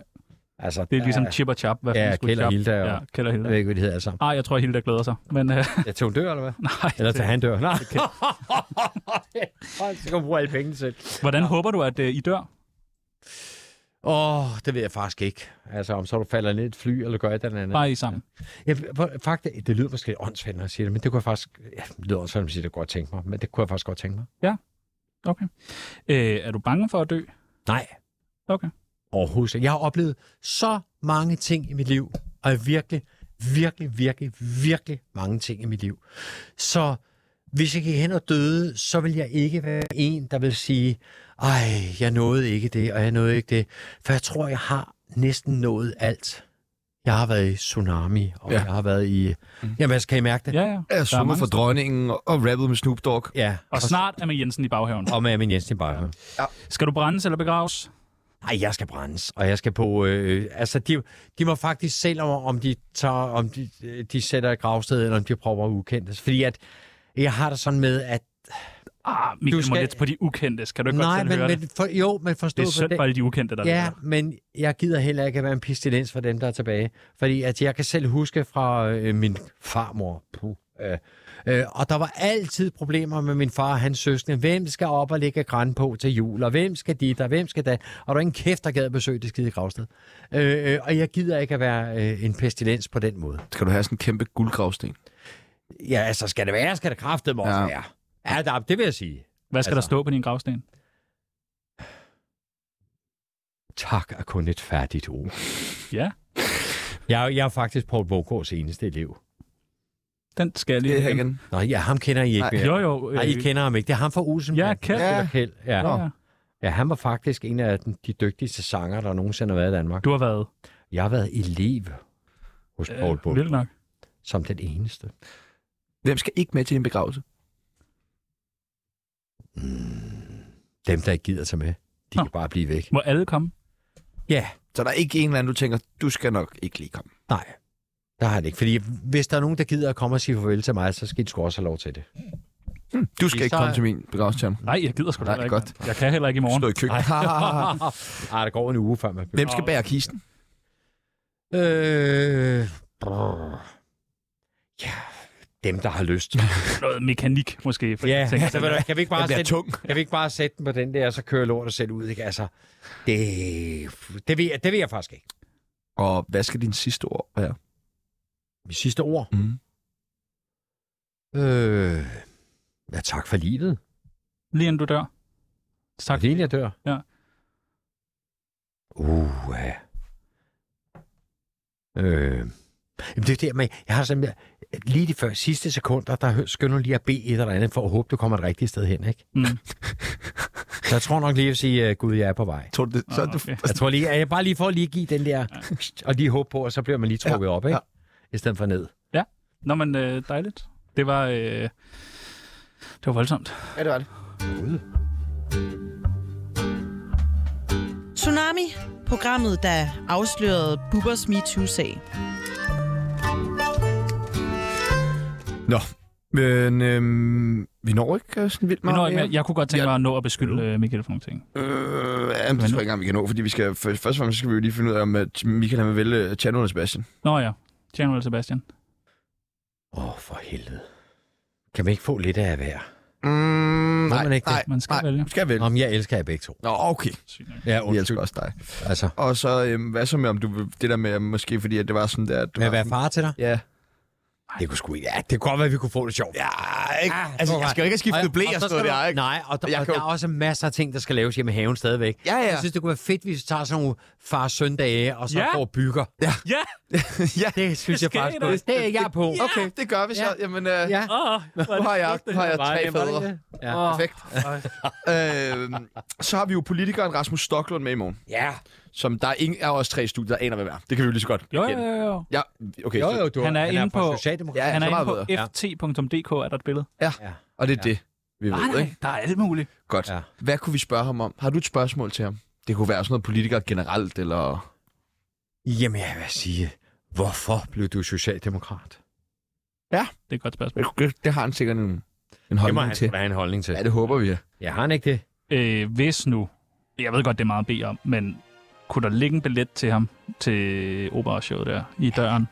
S4: Altså,
S2: det er ligesom
S4: der,
S2: Chip og Chap. Hvad
S4: Ja,
S2: fanden skulle
S4: Kjeld og
S2: Chap?
S4: Hilda og-
S2: Ja, Kjeld og
S4: Jeg ved
S2: Hilda.
S4: ikke, hvad de hedder alle sammen.
S2: Ej, jeg tror, Hilda glæder sig. Men øh,
S4: <laughs>
S2: <laughs>
S4: Ja, til hun dør, eller hvad?
S2: nej.
S4: Eller til han dør. Nej. Okay. <laughs> så kan hun bruge alle pengene selv.
S2: Hvordan håber du, at øh, I dør?
S4: Åh, oh, det ved jeg faktisk ikke. Altså, om så du falder ned i et fly, eller gør et eller andet.
S2: Bare I er sammen.
S4: Jeg, hvor- faktisk, det lyder måske åndssvendt, når jeg siger det, men det kunne jeg faktisk... Ja, det lyder åndssvendt, når jeg siger det, kunne jeg godt tænke mig. Men det kunne jeg faktisk godt tænke mig.
S2: Okay. Øh, er du bange for at dø?
S4: Nej.
S2: Okay.
S4: Overhovedet ikke. Jeg har oplevet så mange ting i mit liv, og jeg virkelig, virkelig, virkelig, virkelig mange ting i mit liv. Så hvis jeg gik hen og døde, så vil jeg ikke være en, der vil sige, ej, jeg nåede ikke det, og jeg nåede ikke det. For jeg tror, jeg har næsten nået alt. Jeg har været i Tsunami, og ja.
S5: Ja.
S4: jeg har været i... Jamen, altså, kan I mærke det?
S2: Ja, ja.
S5: Jeg
S2: mange
S5: svømmer for dronningen og rappet med Snoop Dogg.
S4: ja.
S2: Og snart er med Jensen i baghaven.
S4: Og med Amin Jensen i Bayern.
S2: Skal du brændes eller begraves?
S4: Ej, jeg skal brændes, og jeg skal på... Øh, altså, de, de må faktisk selv om, om de tager, om de, øh, de sætter et gravsted, eller om de prøver ukendte. Fordi at, jeg har det sådan med, at...
S2: Ah, Michael
S4: Du skal-
S2: skal... Monet på de ukendte. Skal du ikke
S4: Nej,
S2: godt selv
S4: men,
S2: høre det?
S4: men for, jo, men forstå...
S2: Det er
S4: for
S2: synd for alle de ukendte, der
S4: Ja,
S2: lever.
S4: men jeg gider heller ikke at være en pistilens for dem, der er tilbage. Fordi at jeg kan selv huske fra øh, min farmor. Puh. Øh, øh, og der var altid problemer med min far og hans søskende. Hvem skal op og lægge græn på til jul? Og hvem skal dit, og hvem skal da? Og der var ingen kæft, der gad at besøge det skide gravsted. Øh, øh, og jeg gider ikke at være øh, en pestilens på den måde.
S5: Skal du have sådan en kæmpe guldgravsten?
S4: Ja, altså skal det være, skal det kraftedeme også ja.
S5: Ja.
S4: være. Ja, der, det vil jeg sige.
S2: Hvad skal
S4: altså-
S2: der stå på din gravsten?
S4: Tak er kun et færdigt ord.
S2: Ja,
S4: Jeg, jeg er faktisk Paul Bogårds eneste elev.
S2: den skal jeg lige...
S5: Det er her igen.
S4: Nå, ja, ham kender I ikke
S5: Nej.
S4: mere.
S2: Jo, jo. Øh,
S4: Nej, I kender ham ikke. Det er ham fra Olsen.
S2: Ja, Kjeld.
S4: Ja. Kjeld. Ja.
S2: Ja, ja.
S4: ja, han var faktisk en af den- de dygtigste sanger, der nogensinde har været i Danmark.
S2: Du har været
S4: Jeg har været elev hos Paul
S2: øh,
S4: Bull,
S2: vild nok.
S4: som den eneste.
S5: Hvem skal ikke med til din begravelse?
S4: Dem, der ikke gider tage med, de
S2: Nå.
S4: kan bare blive væk.
S2: Må alle komme?
S4: Ja,
S5: Så der er ikke en eller anden, du tænker, du skal nok ikke lige komme.
S4: nej. Der har det ikke. Fordi hvis der er nogen, der gider at komme og sige farvel til mig, så skal de sgu også have lov til det.
S5: Du skal ikke
S4: Så-
S5: komme til min begravelse, Tjerno.
S2: Nej, jeg gider sgu da
S5: Nej,
S2: heller ikke.
S5: godt.
S2: mand. Jeg kan heller ikke i morgen.
S5: Stå i køkkenet.
S4: Ej, der går en uge før man
S5: <laughs> Hvem skal bære kisten?
S4: Øh... brrr. Ja, dem, der har lyst.
S2: Noget mekanik, måske. for
S4: Ja,
S2: jeg
S4: <laughs>
S2: tænker,
S4: altså, ved du, hvad, kan vi ikke
S5: Den
S4: bare
S5: bliver
S4: sætte
S5: tung.
S4: Kan vi ikke bare sætte den på den der, og så køre lortet selv ud, ikke? Altså, det, det, ved, jeg, det ved jeg faktisk ikke.
S5: Og hvad skal din sidste ord være?
S4: Mit sidste ord.
S5: Mm.
S4: Øh, ja, tak for livet.
S2: lige inden du dør. Tak.
S4: Lige inden jeg dør.
S2: Ja.
S4: Uh, ja. Øh. Jamen, det er der med, jeg har simpelthen, lige de før, sidste sekunder, der hø- skynder du lige at bede et eller andet, for at håbe, du kommer et rigtigt sted hen, ikke?
S2: Mm.
S4: Så <laughs> jeg tror nok lige, at jeg vil sige, øh, gud, jeg er på vej.
S1: Tror du det? Så er det
S2: okay.
S4: Jeg tror lige, at jeg bare lige får lige give den der, og lige håbe på, og så bliver man lige trukket op, ikke? I stedet for ned.
S2: Nå, men øh, dejligt. Det var, øh, det var voldsomt.
S1: Ja, det var det.
S9: Tsunami, programmet, der afslørede Bubbers MeToo-sag.
S1: Nå, men øhm, vi når ikke øh, sådan vildt
S2: Men
S1: meget
S2: når, jeg, jeg kunne godt tænke
S1: Ja.
S2: mig at nå at beskylde øh, Michael for nogle ting.
S1: Øh, ja, men det tror jeg ikke engang, vi kan nå, fordi vi skal, først, først og fremmest skal vi jo lige finde ud af, om at Michael han vil vælge Chano eller Sebastian.
S2: Nå ja, General Sebastian.
S4: Åh, oh, for helvede. Kan man ikke få lidt af hver?
S1: Mm, nej,
S4: man ikke det?
S1: nej,
S2: Man skal
S1: nej,
S2: vælge.
S1: skal vælge.
S4: Om jeg elsker jer begge to.
S1: Nå, okay.
S2: Sygt nok.
S4: Ja,
S1: Vi
S4: undskyld.
S1: elsker også dig.
S4: Altså,
S1: Og så, øhm, hvad så med, om du vil, det der med, måske fordi, at det var sådan der... At du
S4: vil jeg
S1: var
S4: være far til dig?
S1: Ja.
S4: Det kunne sgu ikke. Ja, det kunne godt være, at vi kunne få det sjovt.
S1: Ja, ikke?
S4: Ah,
S1: altså,
S4: for
S1: jeg skal jo ikke have
S4: Og-
S1: skiftet blæ og
S4: så
S1: sådan noget
S4: skal du-
S1: der, ikke?
S4: Nej, og, der,
S1: Jeg
S4: og
S1: kan
S4: der
S1: jo-
S4: er også masser af ting, der skal laves hjemme i haven stadigvæk.
S1: Ja, ja.
S4: Jeg synes, det kunne være fedt, hvis vi tager sådan nogle far-søndage, og så
S2: Ja.
S4: går og bygger. <laughs>
S2: Ja!
S1: ja.
S4: Det synes
S2: Det
S4: jeg
S2: skal
S4: faktisk
S2: I da.
S4: godt. Det er jeg på.
S1: Okay, det gør vi så.
S4: Ja.
S1: Jamen, øh,
S4: Ja.
S2: Åh,
S1: nu har jeg, nu har jeg tre fædre.
S4: Ja.
S1: Perfekt. <laughs> øhm, så har vi jo politikeren Rasmus Stocklund med i morgen.
S4: ja.
S1: Som der er ingen af os tre studier, der aner, hvad det er. Det kan vi jo lige så godt.
S2: Jo, jo,
S1: gætte.
S2: jo, jo.
S1: Ja, okay.
S4: Jo,
S1: så-
S4: jo, du,
S2: Han er inde
S4: fra
S2: på-
S4: Socialdemokratiet.
S1: Ja,
S2: Han er
S1: så
S2: inde
S1: meget
S2: på
S1: bedre.
S2: ft.dk, er der et billede.
S1: Og det er
S4: Ja.
S1: det, vi
S2: Nej,
S1: ved,
S2: nej,
S1: ikke?
S2: der er alt muligt.
S1: Godt.
S4: Ja.
S1: Hvad kunne vi spørge ham om? Har du et spørgsmål til ham? Det kunne være sådan noget politikere generelt, eller...
S4: Jamen, jeg vil sige, hvorfor blev du socialdemokrat?
S2: Det er et godt spørgsmål.
S1: Det, det har han sikkert en, en
S4: Det må
S1: holdning
S4: han
S1: til.
S4: sgu da have en holdning til.
S1: Ja, det håber vi.
S4: Ja, har han ikke det?
S2: Øh, hvis nu, jeg ved godt, det er meget at bede om, men kunne der ligge en billet til ham til operashowet der i døren?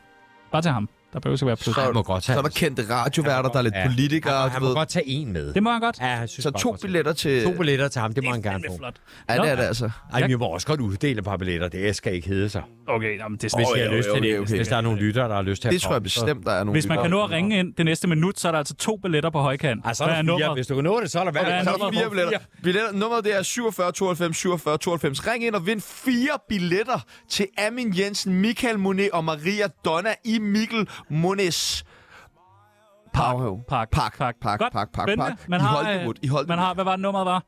S2: Bare til ham. Der behøver ikke være
S1: Så-
S2: plus.
S4: Han må godt
S1: Så
S4: tage
S1: er der kendte radioværter, der er lidt
S4: Ja.
S1: politikere,
S4: han,
S1: du
S4: han må
S1: ved.
S4: godt tage en med.
S2: Det må han godt.
S4: Ja, jeg synes
S1: Så
S4: bare
S1: to
S4: godt,
S1: billetter til...
S4: To billetter til ham, det må han gerne
S2: Det er
S4: få.
S2: flot.
S1: Ja, det er det altså.
S4: Ej, men jeg må også godt uddele et par billetter. Det skal ikke hedde sig.
S2: Okay, jamen, det er
S4: Hvis
S1: Åh,
S4: jeg
S1: ja,
S4: har lyst
S1: okay,
S4: til det.
S1: okay.
S4: Hvis der er nogle lyttere, der har lyst til
S1: Det
S4: at
S1: tror jeg
S4: komme, så-
S1: bestemt, der er nogen.
S2: Hvis man kan nå at ringe ind det næste minut, så er der altså to billetter på højkant.
S4: Ej, så er der fire. Hvis du kan nå det, så er der hver.
S2: Og hvad er
S1: Så er der
S2: Nummer
S1: fire
S2: på
S1: billetter. billetter. Nummeret det er 47 92 47 92. Ring ind og vind fire billetter til Amin Jensen, Michael Monet og Maria Donna i Mikkel Monets Powerhave.
S2: Park,
S1: Park,
S2: park,
S1: park,
S2: Godt,
S1: park, park,
S2: spændende.
S1: park.
S2: Man
S1: I
S2: har, øh,
S1: Hollywood, i Hollywood.
S2: Man har, hvad var nummeret var?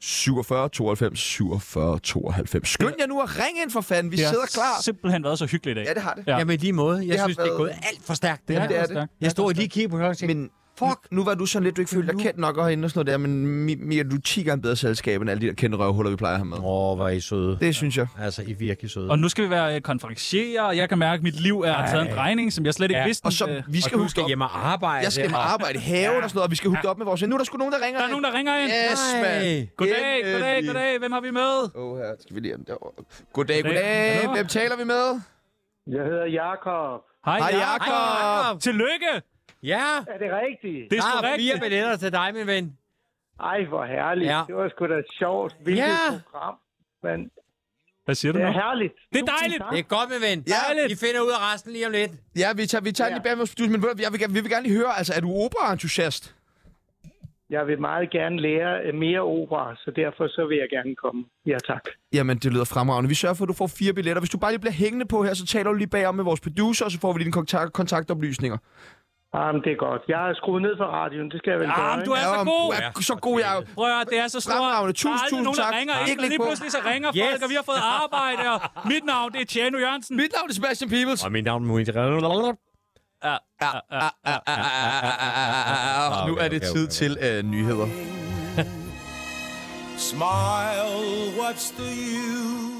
S1: 47 92 47 92. Skynd jer nu at ringe ind for fanden. Vi
S2: Det har
S1: sidder klar.
S2: simpelthen været så hyggeligt i dag.
S1: Ja, det har det.
S2: Ja.
S4: Jamen, i lige måde. Jeg
S1: Det har
S4: synes, det er
S1: været-
S4: gået alt for stærkt. Det
S1: Ja,
S4: her.
S1: det er
S2: godt stærkt.
S4: Jeg stod lige og kiggede på klokken og tænkte,
S1: Men
S4: fuck.
S1: nu var du sådan lidt, du ikke følte dig kendt nok herinde og sådan noget der, men Mi- Mia, du er 10 gange bedre selskab end alle de der kendte røvhuller, vi plejer at have med.
S4: Åh, hvor er I søde.
S1: Det synes jeg.
S4: Altså, I er virkelig søde.
S2: Og nu skal vi være øh, konferencierer, og jeg kan mærke, at mit liv er taget en drejning, som jeg slet ikke
S4: Ja.
S2: vidste.
S1: Og så,
S2: øh,
S1: vi skal
S4: og du
S1: huske
S4: skal
S1: op.
S4: hjem og arbejde.
S1: Jeg skal hjem og arbejde i haven og sådan noget, og vi skal hooke op med vores... Nu er der sgu nogen, der ringer
S2: Der er nogen, der ringer ind.
S1: Yes, mand.
S2: Goddag,
S1: Endelig.
S2: goddag, goddag. Hvem har vi med?
S1: Åh, her skal vi lige have den derovre. Goddag,
S2: Goddag.
S1: goddag.
S2: Hallo.
S1: Hvem taler vi med?
S10: Jeg hedder Jakob.
S2: Hej,
S1: Hej, Jakob.
S2: Tillykke.
S4: Ja,
S10: Er det rigtigt?
S2: Det er
S4: der
S2: sgu
S4: er fire
S2: rigtigt.
S4: billetter til dig, min ven.
S10: Ej, hvor herligt.
S4: Ja.
S10: Ja. Det var sgu da sjovt. Hvilket
S4: Ja.
S10: ja. program. Men
S2: Hvad siger du
S10: det
S2: nu?
S10: er herligt.
S2: Det er dejligt.
S4: Det er godt, min ven.
S1: Dejligt.
S4: I finder ud af resten lige om lidt.
S1: Ja, vi tager, vi tager ja. lige bag med vores producer, men ved du hvad, jeg vil, gerne- vi vil gerne lige høre, altså, er du opera-entusiast?
S10: Jeg vil meget gerne lære øh, mere opera, så derfor så vil jeg gerne komme. Ja, tak.
S1: Jamen, det lyder fremragende. Vi sørger for, at du får fire billetter. Hvis du bare lige bliver hængende på her, så taler du lige bagom med vores producer, og så får vi dine kontakt- kontaktoplysninger.
S10: Jamen, det er godt. Jeg har skruet ned for radioen. Det skal jeg vel gøre,
S2: Jamen,
S10: ikke?
S2: du er så
S1: om-
S2: god.
S1: du er så god, jeg er jo.
S2: Prøv at høre, det er så stort.
S1: Fremragende.
S2: der
S1: Tusind,
S2: er aldrig
S1: tusind
S2: nogen, der
S1: tak.
S2: ringer
S1: Ikke
S2: ind, og
S1: læg
S2: lige
S1: på.
S2: pludselig så ringer folk,
S4: Yes.
S2: og vi har fået arbejde. Og mit navn, det er Tjano Jørgensen.
S1: Mit navn er Sebastian Peebles.
S4: Og mit navn er Mohamed.
S2: Ja, ja, ja.
S1: Og nu er det tid til øh, nyheder.
S11: Smile, what's the use?